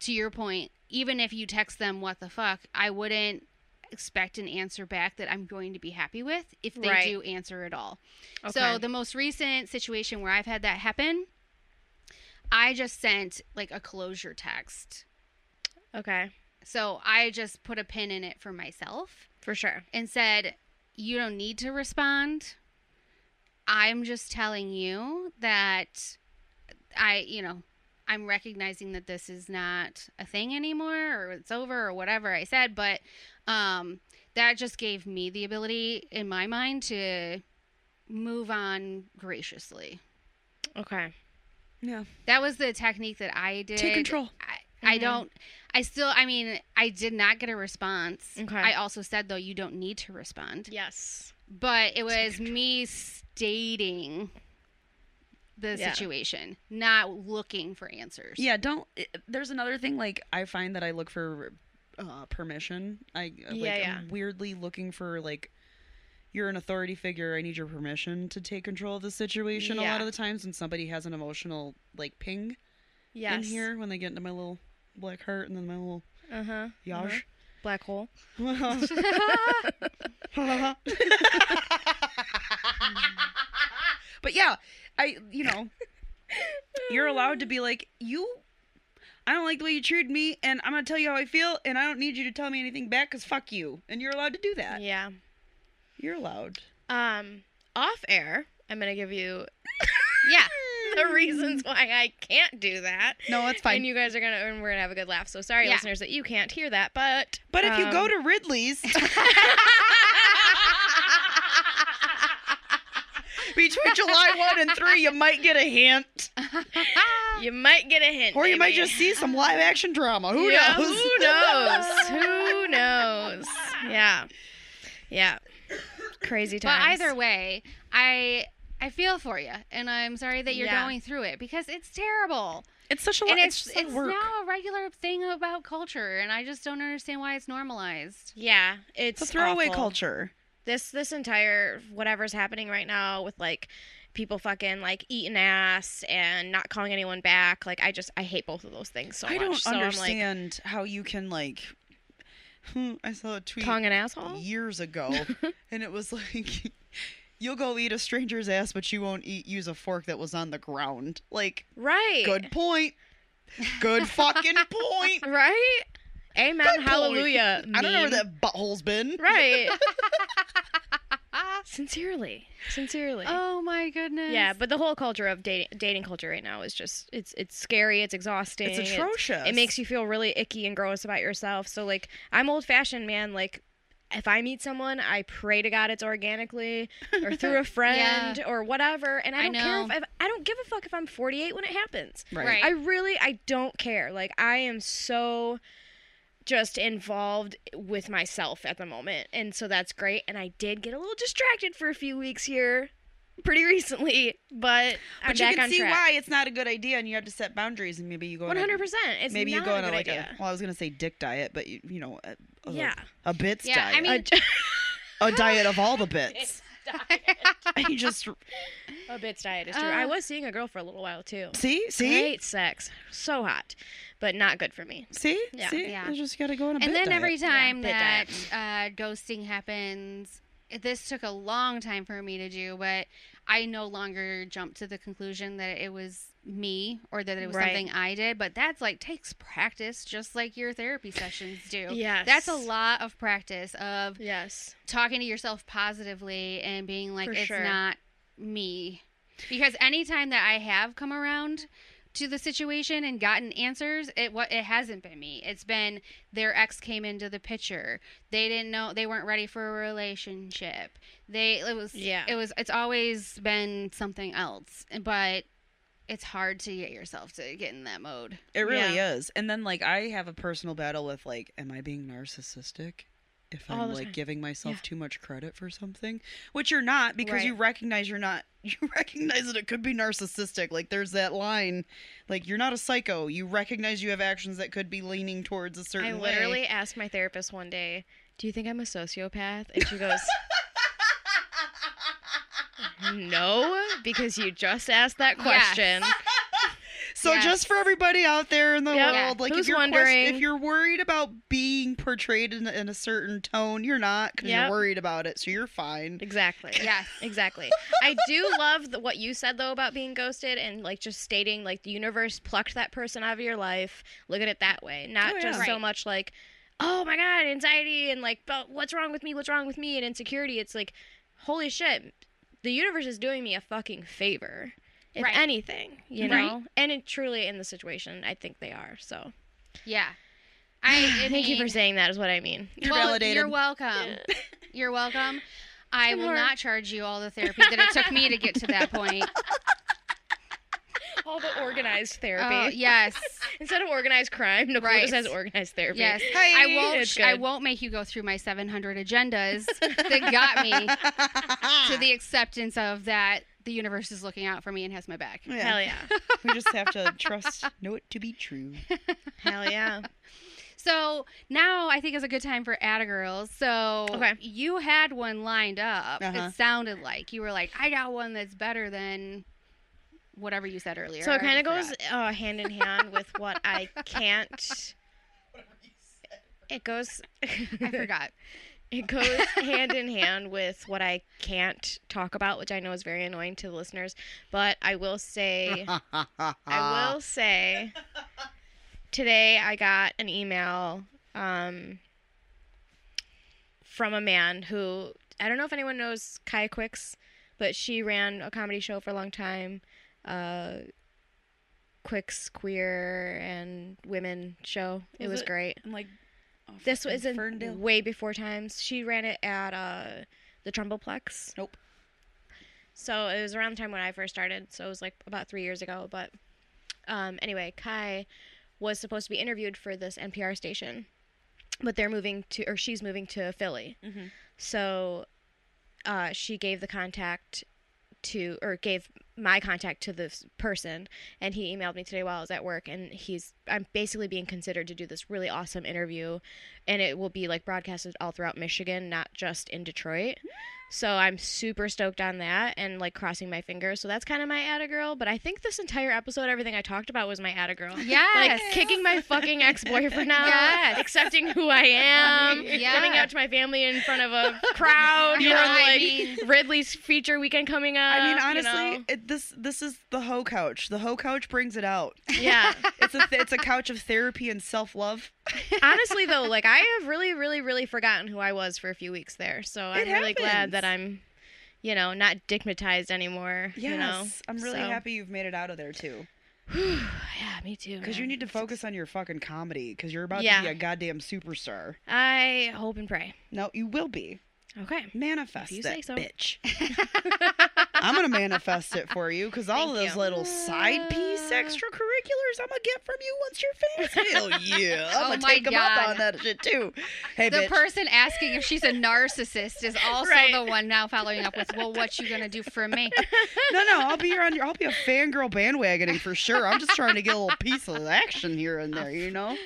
S3: to your point, even if you text them what the fuck, I wouldn't expect an answer back that I'm going to be happy with if they
S4: Right.
S3: do answer at all. So
S4: Okay.
S3: the most recent situation where I've had that happen, I just sent like a closure text.
S4: Okay,
S3: So I just put a pin in it for myself
S4: for sure.
S3: and said, You don't need to respond. I'm just telling you that I, you know, I'm recognizing that this is not a thing anymore or it's over or whatever I said. But um, that just gave me the ability in my mind to move on graciously.
S4: Okay.
S5: Yeah.
S3: That was the technique that I did.
S5: Take control.
S3: I, I
S4: Mhm.
S3: don't. I still. I mean, I did not get a response.
S4: Okay.
S3: I also said though you don't need to respond,
S4: Yes.
S3: but it was me stating the
S4: Yeah.
S3: situation, not looking for answers.
S5: Yeah, don't. i there's another thing like I find that I look for uh, permission. I like,
S4: Yeah, yeah.
S5: I'm weirdly looking for like you're an authority figure. I need your permission to take control of the situation. A lot
S4: Yeah.
S5: of the times when somebody has an emotional like ping
S4: Yes.
S5: in here when they get into my little black heart and then my little
S4: Uh huh.
S5: yash.
S4: Black hole.
S5: but yeah, I you know, you're allowed to be like you. I don't like the way you treated me, and I'm gonna tell you how I feel, and I don't need you to tell me anything back, cause fuck you, and you're allowed to do that.
S4: Yeah.
S5: You're allowed.
S4: Um, off air, I'm gonna give you
S3: Yeah.
S4: the reasons why I can't do that.
S5: No, it's
S4: And you guys are gonna and we're gonna have a good laugh. So sorry,
S3: Yeah.
S4: listeners, that you can't hear that. But
S5: but if you go
S4: um,
S5: to Ridley's between July one and three, you might get a hint,
S4: um, you might get a hint,
S5: or you might
S4: baby.
S5: just see some live action drama. Who
S4: Yeah,
S5: knows?
S4: Who knows? who knows? Yeah, yeah. Crazy
S3: But
S4: times.
S3: either way, I I feel for you, and I'm sorry that you're
S4: Yeah.
S3: going through it because it's terrible.
S5: it's such a lot.
S3: and
S5: It's,
S3: it's
S5: just
S3: it's,
S5: like work.
S3: now a regular thing about culture, and I just don't understand why it's normalized.
S4: yeah, it's
S5: it's a throwaway
S4: awful.
S5: culture.
S4: This this entire whatever's happening right now with like people fucking like eating ass and not calling anyone back. Like I just I hate both of those things so
S5: I
S4: much.
S5: don't
S4: so I'm like
S5: understand how you can like. hmm, I saw a tweet
S4: tongue an asshole.
S5: years ago, and it was like, "You'll go eat a stranger's ass, but you won't eat use a fork that was on the ground." Like,
S4: Right.
S5: good point. Good fucking point.
S4: Right? Amen.
S5: Good point.
S4: hallelujah.
S5: I don't know where
S4: meme.
S5: that butthole's been.
S4: Right. Sincerely. Sincerely.
S3: Oh my goodness.
S4: yeah, but the whole culture of dating dating culture right now is just it's it's scary, it's exhausting.
S5: It's atrocious.
S4: It makes you feel really icky and gross about yourself. So like I'm old fashioned, man, like if I meet someone, I pray to God it's organically or through a friend or whatever, and I
S3: I
S4: don't care if
S3: know.
S4: I've, I don't give a fuck if I'm 48 when it happens.
S3: Right.
S4: I really I don't care. Like I am so just involved with myself at the moment. And so that's great. And I did get a little distracted for a few weeks here pretty recently, but I'm
S5: But
S4: back
S5: you can
S4: on
S5: see
S4: track.
S5: why it's not a good idea, and you have to set boundaries, and maybe you go. on a-
S4: 100%. It's
S5: Maybe
S4: not
S5: you go
S4: a
S5: on
S4: good
S5: a, like
S4: idea.
S5: a. Well, I was gonna say dick diet, but you, you know, a, a,
S4: yeah.
S5: a bits
S3: Yeah,
S5: diet.
S3: I mean,
S5: a diet of all the bits. you just
S4: A bits diet is true.
S3: Uh,
S4: I was seeing a girl for a little while too.
S5: see, Ah. see,
S4: Great sex. So hot, but not good for me.
S5: see,
S4: Yeah.
S5: see.
S3: Yeah.
S5: You just gotta go on a
S3: and
S5: bit
S3: then
S5: diet.
S3: every time
S4: bit
S3: that
S4: diet.
S3: uh, ghosting happens, this took a long time for me to do, but I no longer jump to the conclusion that it was me or that it was
S4: Right.
S3: something I did. But that's like takes practice, just like your therapy sessions do.
S4: Yes.
S3: that's a lot of practice of
S4: Yes.
S3: talking to yourself positively and being like
S4: For
S3: it's
S4: sure.
S3: not me because anytime that i have come around to the situation and gotten answers it what it hasn't been me it's been their ex came into the picture they didn't know they weren't ready for a relationship they it was
S4: Yeah.
S3: it was it's always been something else but it's hard to get yourself to get in that mode
S5: It really is. And then like I have a personal battle with like, am I being narcissistic? if
S4: All
S5: I'm
S4: the
S5: like
S4: time.
S5: giving myself too much credit for something, which you're not because you recognize you're not. You recognize that it could be narcissistic. Like there's that line, like you're not a psycho. You recognize you have actions that could be leaning towards a certain
S4: I
S5: way.
S4: literally asked my therapist one day, "Do you think I'm a sociopath?" And she goes, "No, because you just asked that question."
S5: So
S3: Yes.
S5: just for everybody out there in the
S4: Yep.
S5: world, like
S4: Who's
S5: if you're quest-
S4: wondering?
S5: if you're worried about being portrayed in, in a certain tone, you're not because
S4: Yep.
S5: you're worried about it, so you're fine.
S4: Exactly.
S3: Yes.
S4: Exactly. I do love the, what you said though about being ghosted and like just stating like the universe plucked that person out of your life. Look at it that way, not
S5: Oh,
S4: just
S3: yeah.
S4: so
S3: Right.
S4: much like, oh my god, anxiety and like, but what's wrong with me? What's wrong with me? And insecurity. It's like, holy shit, the universe is doing me a fucking favor. If
S3: Right.
S4: anything, you know,
S3: Right.
S4: and it, truly in the situation, I think they are. So
S3: Yeah. I, I
S4: thank you for
S3: mean-
S4: saying that. Is what I mean.
S5: You're
S3: Well,
S5: validated.
S3: You're welcome. You're welcome. I
S4: Been
S3: will
S4: hard.
S3: not charge you all the therapy that it took me to get to that point.
S4: All the organized therapy.
S3: Oh, yes,
S4: Instead of organized crime, Nicole
S3: Right.
S4: just has organized therapy.
S3: yes. I
S4: Hey,
S3: won't.
S4: it's
S3: I
S4: good.
S3: won't make you go through my 700 agendas that got me to the acceptance of that the universe is looking out for me and has my back.
S5: Yeah.
S4: Hell yeah.
S5: we just have to trust, know it to be true.
S4: Hell yeah.
S3: So now I think is a good time for Atta Girls. So
S4: Okay.
S3: you had one lined up.
S5: Uh-huh.
S3: It sounded like you were like, I got one that's better than whatever you said earlier.
S4: So
S3: I
S4: it kind of
S3: already
S4: goes uh, hand in hand with what I can't. It goes.
S3: forgot. I forgot.
S4: It goes hand in hand with what I can't talk about, which I know is very annoying to the listeners. But I will say,
S5: Uh,
S4: I will say, today I got an email um, from a man who I don't know if anyone knows Kaya Quicks, but she ran a comedy show for a long time. Uh, Quicks queer and women show. it
S5: Was
S4: was
S5: it-
S4: great.
S5: I'm like, oh,
S4: This
S5: fucking
S4: was in
S5: Ferndale.
S4: way before times. She ran it at uh, the Trumbleplex.
S5: Nope.
S4: So it was around the time when I first started. So it was like about three years ago. But um, anyway, Kai was supposed to be interviewed for this NPR station, but they're moving to, or she's moving to Philly.
S5: Mhm.
S4: So uh, she gave the contact to, or gave my contact to this person, and he emailed me today while I was at work, and he's, I'm basically being considered to do this really awesome interview, and it will be like broadcasted all throughout Michigan, not just in Detroit. So I'm super stoked on that and like crossing my fingers. So that's kind of my Atta Girl. But I think this entire episode, everything I talked about was my Atta Girl.
S3: Yes.
S4: Like kicking my fucking ex boyfriend out,
S3: Yes.
S4: accepting who I am,
S3: Yeah.
S4: coming out to my family in front of a crowd.
S3: Yeah,
S4: or,
S3: I
S4: like
S3: mean-
S4: Ridley's feature weekend coming up.
S5: I mean,
S4: Uh, you
S5: honestly,
S4: know.
S5: it, this this is the hoe couch. The hoe couch brings it out.
S4: yeah.
S5: It's a th- it's a couch of therapy and self love.
S4: honestly, though, like I have really, really, really forgotten who I was for a few weeks there. So I'm really glad
S5: happens.
S4: that I'm, you know, not digmatized anymore.
S5: Yes,
S4: you know?
S5: I'm really
S4: So-
S5: happy you've made it out of there too.
S4: Yeah, me too.
S5: Because you
S4: man.
S5: need to focus on your fucking comedy. Because you're about
S4: Yeah.
S5: to be a goddamn superstar.
S4: I hope and pray.
S5: No, you will be.
S4: Okay.
S5: Manifest
S4: If you
S5: that
S4: say so.
S5: bitch. I'm gonna manifest it for you because all of
S4: Thank
S5: those
S4: you. Uh.
S5: little side piece extracurriculars I'm gonna get from you once you're famous. Hell yeah, I'm
S3: Oh
S5: gonna
S3: my
S5: take 'em up
S3: God.
S5: on that shit too. Hey,
S3: The
S5: bitch.
S3: person asking if she's a narcissist is also
S4: Right.
S3: the one now following up with, "Well, what you gonna do for me?"
S5: no, no, I'll be here on your. I'll be a fangirl bandwagoning for sure. I'm just trying to get a little piece of action here and there, you know.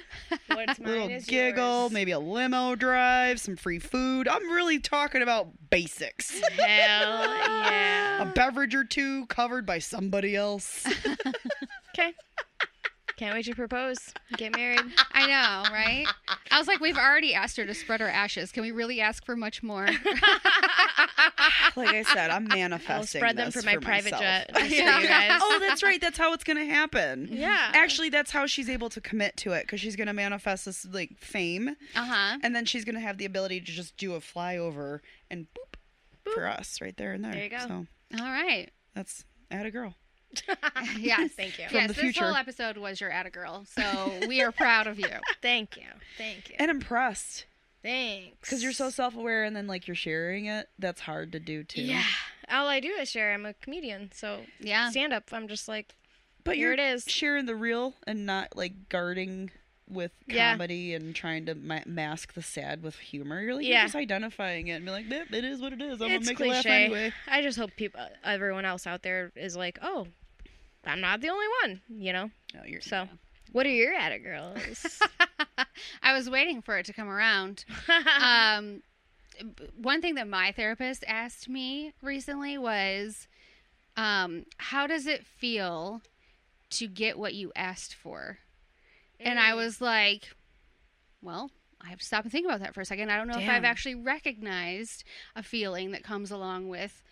S4: What's mine
S5: little
S4: is
S5: giggle,
S4: yours.
S5: maybe a limo drive, some free food. I'm really talking about basics.
S4: Hell
S5: A
S4: yeah.
S5: beverage or two covered by somebody else.
S4: Okay. Can't wait to propose. Get married.
S3: I know, right? I was like, "We've already asked her to spread her ashes. Can we really ask for much more?"
S5: Like I said, I'm
S4: I'll
S5: manifesting.
S4: spread them
S5: this
S4: for my private
S5: myself.
S4: jet. Just for you guys.
S5: oh, that's right. That's how it's gonna happen.
S4: yeah.
S5: Actually, that's how she's able to commit to it because she's gonna manifest this like fame,
S3: Uh
S4: Uh-huh.
S3: huh.
S5: and then she's gonna have the ability to just do a flyover and boop, for us right there and there.
S4: There you go.
S5: So
S3: All right.
S5: that's at a girl.
S3: Yes.
S4: Thank you.
S3: yes,
S5: the
S3: this whole
S5: future.
S3: episode was your Atta Girl, so we are proud of you.
S4: Thank you. Thank you.
S5: And impressed
S4: Thanks.
S5: because you're so self-aware, and then like you're sharing it. That's hard to do too.
S4: Yeah. All I do is share. I'm a comedian, so
S3: Yeah.
S4: stand up. I'm just like
S5: But you're
S4: Here it is.
S5: sharing the real and not like guarding with
S3: Yeah.
S5: comedy and trying to ma- mask the sad with humor. You're like,
S4: Yeah.
S5: you're just identifying it and be like, "Yep, it is what it is. I'm
S4: it's
S5: gonna make
S4: cliche.
S5: it laugh anyway.
S4: I just hope people, everyone else out there, is like, oh, I'm not the only one. You know.
S5: No, you're
S4: So, what are your at it girls?
S3: I was waiting for it to come around.
S5: Uh,
S3: um, b- one thing that my therapist asked me recently was, um, how does it feel to get what you asked for? And I was like, well, I have to stop and think about that for a second. I don't know if I've
S4: Damn.
S3: actually recognized a feeling that comes along with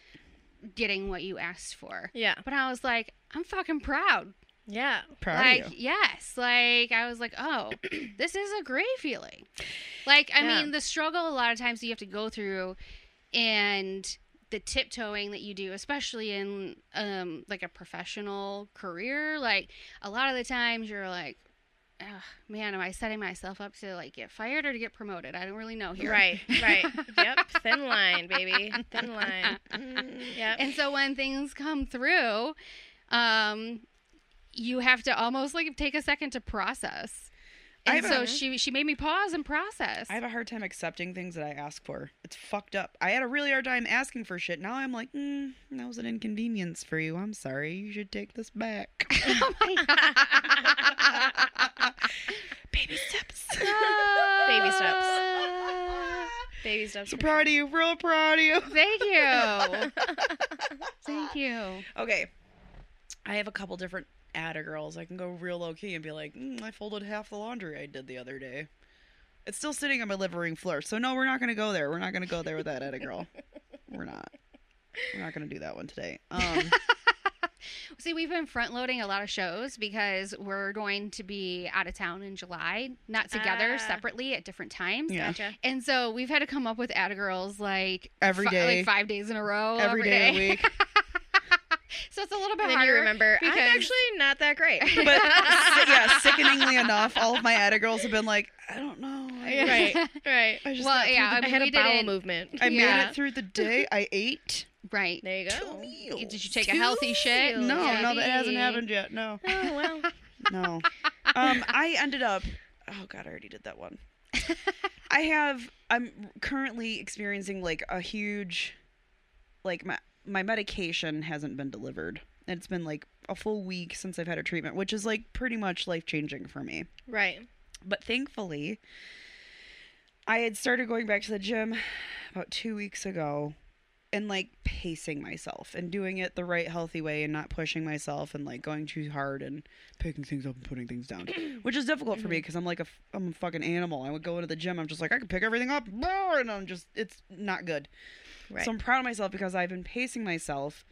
S3: getting what you asked for.
S4: yeah,
S3: But I was like, I'm fucking proud.
S4: yeah,
S5: proud
S3: like,
S5: of you.
S3: yes. Like, I was like, oh, this is a great feeling. Like, I
S4: Yeah.
S3: mean, the struggle a lot of times you have to go through and the tiptoeing that you do, especially in um, like a professional career, like, a lot of the times you're like, Ugh, man, am I setting myself up to like get fired or to get promoted? I don't really know here.
S4: right, right. yep, thin line, baby, thin line. Yep.
S3: And so when things come through, um, you have to almost like take a second to process.
S5: I
S3: And
S5: have
S3: so
S5: a-
S3: she she made me pause and process.
S5: I have a hard time accepting things that I ask for. It's fucked up. I had a really hard time asking for shit. Now I'm like, mm, that was an inconvenience for you. I'm sorry. You should take this back.
S3: oh my god.
S5: Baby steps.
S4: Baby steps. Baby steps.
S5: so
S4: for
S5: proud of you. Real proud of you.
S3: Thank you. Thank you.
S5: Okay. I have a couple different Atta girls. I can go real low key and be like, mm, I folded half the laundry I did the other day. It's still sitting on my living room floor. So no, we're not gonna go there. We're not gonna go there with that Atta girl. We're not. We're not gonna do that one today. Um,
S3: See, we've been front loading a lot of shows because we're going to be out of town in July, not together,
S4: Ah.
S3: separately at different times.
S5: yeah.
S4: Gotcha.
S3: And so we've had to come up with Atta Girls like
S5: Every
S3: fi-
S5: day.
S3: like five days in a row,
S5: Every day of the week.
S3: so it's a little bit
S4: And then
S3: harder.
S4: you remember,
S3: because-
S4: I'm actually not that great.
S5: But si- yeah, sickeningly enough, all of my Atta girls have been like, I don't know. I,
S4: right, right.
S5: I just
S3: Well,
S5: got through
S3: yeah,
S5: the-
S3: I
S4: I had
S3: we
S4: a
S3: did
S4: bowel
S3: it-
S4: movement.
S5: I made
S3: yeah.
S5: it through the day. I ate
S3: right.
S4: There you
S5: two
S4: go.
S5: meals.
S3: Did you take a healthy shit?
S5: No, no, that hasn't
S3: Maybe.
S5: happened yet. No.
S4: Oh well.
S5: No. Um, I ended up. Oh God, I already did that one. I have. I'm currently experiencing like a huge, like my my medication hasn't been delivered. It's been like a full week since I've had a treatment, which is like pretty much life changing for me.
S4: Right.
S5: But thankfully, I had started going back to the gym about two weeks ago and like pacing myself and doing it the right healthy way and not pushing myself and like going too hard and picking things up and putting things down, which is difficult for me because I'm like a, f- I'm a fucking animal. I would go into the gym, I'm just like, I could pick everything up and I'm just, it's not good.
S4: Right.
S5: So I'm proud of myself because I've been pacing myself,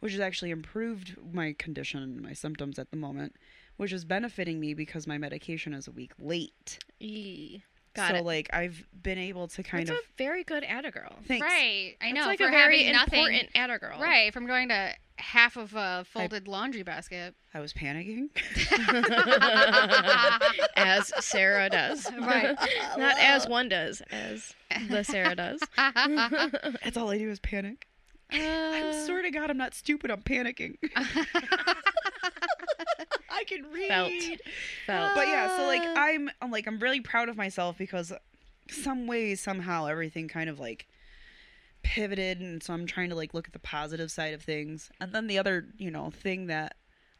S5: which has actually improved my condition and my symptoms at the moment, which is benefiting me because my medication is a week late.
S4: Yee. Got
S5: so
S4: it.
S5: like I've been able to kind
S4: That's
S5: of
S4: a very good atta girl.
S5: thanks.
S3: Right. I know.
S4: That's like
S3: for
S4: a very
S3: having nothing.
S4: important atta girl.
S3: Right. From going to half of a folded laundry basket.
S5: I was panicking.
S4: as Sarah does.
S3: Right.
S4: Not as one does, as the Sarah does.
S5: That's all I do is panic. I'm
S3: Uh,
S5: swear to God, I'm not stupid. I'm panicking. I can read.
S4: Felt. Uh. Felt.
S5: But yeah, so like I'm, I'm like I'm really proud of myself because some way somehow everything kind of like pivoted, and so I'm trying to like look at the positive side of things. And then the other, you know, thing that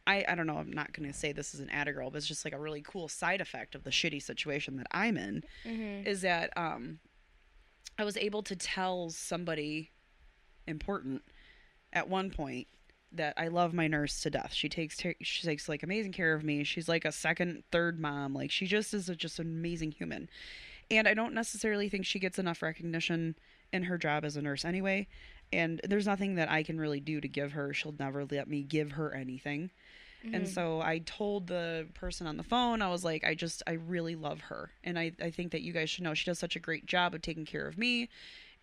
S5: I I don't know, I'm not gonna say this is an atta girl, but it's just like a really cool side effect of the shitty situation that I'm in
S4: Mhm.
S5: is that um I was able to tell somebody important at one point that I love my nurse to death. She takes ta- she takes like amazing care of me. She's like a second, third mom. Like she just is a, just an amazing human. And I don't necessarily think she gets enough recognition in her job as a nurse anyway. And there's nothing that I can really do to give her. She'll never let me give her anything. And so I told the person on the phone, I was like, I just, I really love her. And I, I think that you guys should know she does such a great job of taking care of me.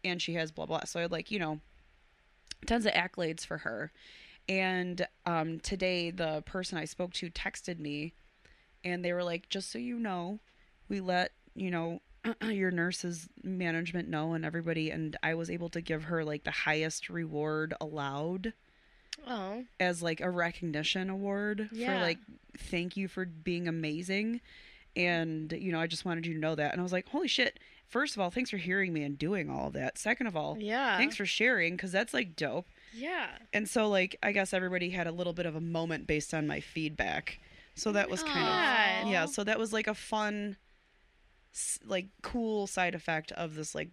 S5: And she has blah, blah. So I like, you know, tons of accolades for her. And um, today, the person I spoke to texted me and they were like, just so you know, we let, you know, your nurse's management know and everybody. And I was able to give her like the highest reward allowed
S4: Oh,
S5: as like a recognition award
S4: Yeah.
S5: for like thank you for being amazing And, you know, I just wanted you to know that. And I was like, holy shit. First of all, thanks for hearing me and doing all of that. Second of all,
S4: Yeah.
S5: thanks for sharing because that's like dope.
S4: Yeah.
S5: And so, like, I guess everybody had a little bit of a moment based on my feedback. So that was kind of,
S4: Aw.
S5: yeah. So that was like a fun, s- like, cool side effect of this, like,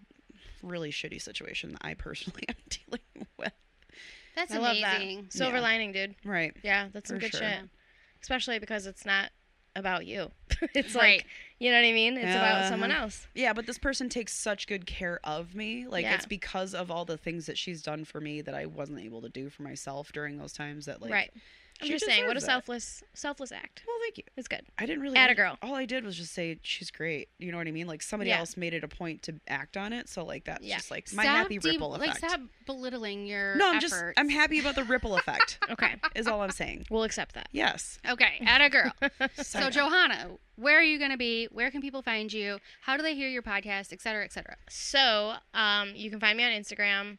S5: really shitty situation that I personally am dealing with.
S3: That's
S4: I love
S3: amazing.
S4: that. Silver
S5: Yeah.
S4: lining, dude.
S5: Right.
S4: Yeah, that's some
S5: For
S4: good
S5: sure.
S4: shit. Especially because it's not about you. it's
S3: Right.
S4: like, you know what I mean? It's about
S5: Uh-huh.
S4: someone else.
S5: Yeah, but this person takes such good care of me. Like,
S4: Yeah.
S5: it's because of all the things that she's done for me that I wasn't able to do for myself during those times that, like,
S4: right. I'm
S5: she
S4: just saying, what a
S5: deserves that.
S4: selfless selfless act.
S5: Well, thank you.
S4: It's good.
S5: I didn't really.
S4: Atta girl.
S5: All I did was just say she's great. You know what I mean? Like somebody
S4: Yeah.
S5: else made it a point to act on it. So like that's
S4: Yeah.
S5: just like my
S3: Stop
S5: happy
S3: de-
S5: ripple
S3: Like
S5: effect.
S3: stop belittling your
S5: no, I'm just
S3: efforts.
S5: I'm happy about the ripple effect.
S4: Okay.
S5: is all I'm saying.
S4: We'll accept that.
S5: Yes.
S3: Okay, at a girl. so
S5: Sorry.
S3: Johanna, where are you going to be? Where can people find you? How do they hear your podcast, et cetera, et cetera?
S4: So, um, you can find me on Instagram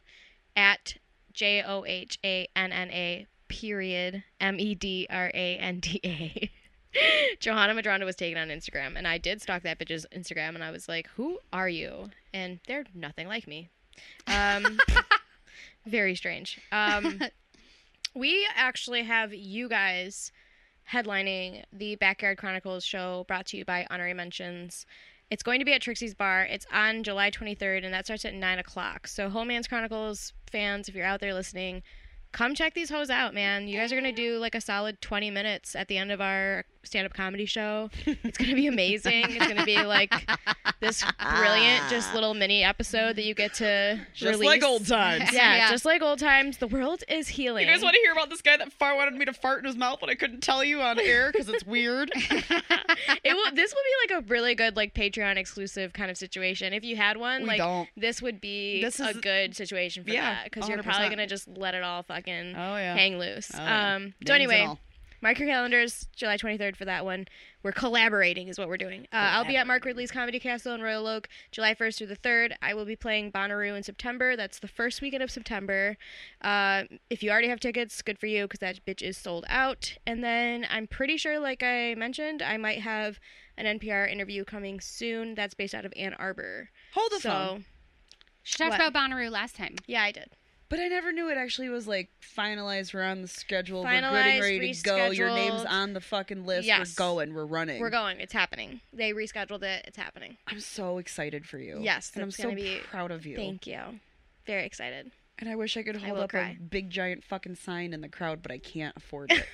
S4: at J O H A N N A period M E D R A N D A. Johanna Madronda was taken on Instagram, and I did stalk that bitch's Instagram, and I was like, "Who are you?" And they're nothing like me. Um, very strange. Um, we actually have you guys headlining the Backyard Chronicles show, brought to you by Honorary Mentions. It's going to be at Trixie's Bar. It's on July 23rd, and that starts at 9 o'clock. So, Homelands Chronicles fans, if you're out there listening, come check these hoes out, man. You guys are going to do like a solid 20 minutes at the end of our stand up comedy show. It's going to be amazing. it's going to be like this brilliant, just little mini episode that you get to
S5: Just
S4: release.
S5: like old times.
S4: Yeah,
S3: Yeah.
S4: just like old times. The world is healing.
S5: You guys want to hear about this guy that far wanted me to fart in his mouth, but I couldn't tell you on air because it's weird.
S4: it will. This will be like a really good like Patreon exclusive kind of situation. If you had one,
S5: We
S4: like
S5: don't.
S4: this would be
S5: This
S4: a
S5: is-
S4: good situation for
S5: Yeah,
S4: that because you're probably
S5: 100%.
S4: gonna just let it all fucking
S5: Oh, yeah.
S4: hang loose.
S5: Oh, yeah.
S4: Um.
S5: Names
S4: So
S5: and
S4: anyway,
S5: all.
S4: mark your calendars, July 23rd for that one. We're collaborating, is what we're doing. Uh, I'll be at Mark Ridley's Comedy Castle in Royal Oak, July 1st through the 3rd. I will be playing Bonnaroo in September. That's the first weekend of September. Uh, if you already have tickets, good for you because that bitch is sold out. And then I'm pretty sure, like I mentioned, I might have an NPR interview coming soon. That's based out of Ann Arbor.
S5: Hold the
S4: so
S5: phone.
S3: She talked
S4: What?
S3: about Bonnaroo last time.
S4: yeah, I did.
S5: But I never knew it actually was like finalized. We're on the schedule. We're good and
S4: Finalized,
S5: ready to go. Your name's
S4: rescheduled.
S5: on the fucking list.
S4: Yes.
S5: We're going. We're running.
S4: We're going. It's happening. They rescheduled it. It's happening.
S5: I'm so excited for you.
S4: Yes,
S5: and I'm
S4: that's
S5: so
S4: gonna be-
S5: proud of you.
S4: Thank you. Very excited.
S5: And I wish I could hold
S4: will
S5: up
S4: cry.
S5: a big giant fucking sign in the crowd, but I can't afford it.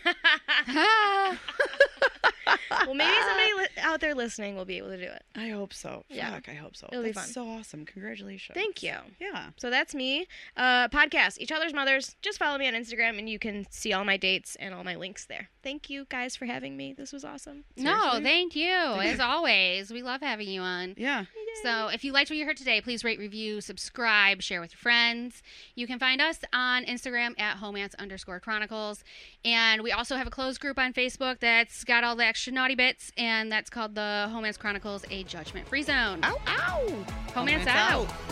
S4: well, maybe somebody li- out there listening will be able to do it.
S5: I hope so.
S4: Yeah.
S5: Fuck, I hope so.
S4: It'll be
S5: That's
S4: fun.
S5: so awesome. Congratulations.
S4: Thank you.
S5: Yeah.
S4: So that's me. Uh, podcast, Each Other's Mothers. Just follow me on Instagram and you can see all my dates and all my links there. Thank you guys for having me. This was awesome.
S3: No, thank you. As always, we love having you on.
S5: Yeah.
S3: So, if you liked what you heard today, please rate, review, subscribe, share with your friends. You can find us on Instagram at homance underscore chronicles. And we also have a closed group on Facebook that's got all the extra naughty bits, and that's called the Homance Chronicles A Judgment Free Zone.
S5: Ow, ow.
S3: Homance,
S5: Romance
S3: Oh, out.
S5: out.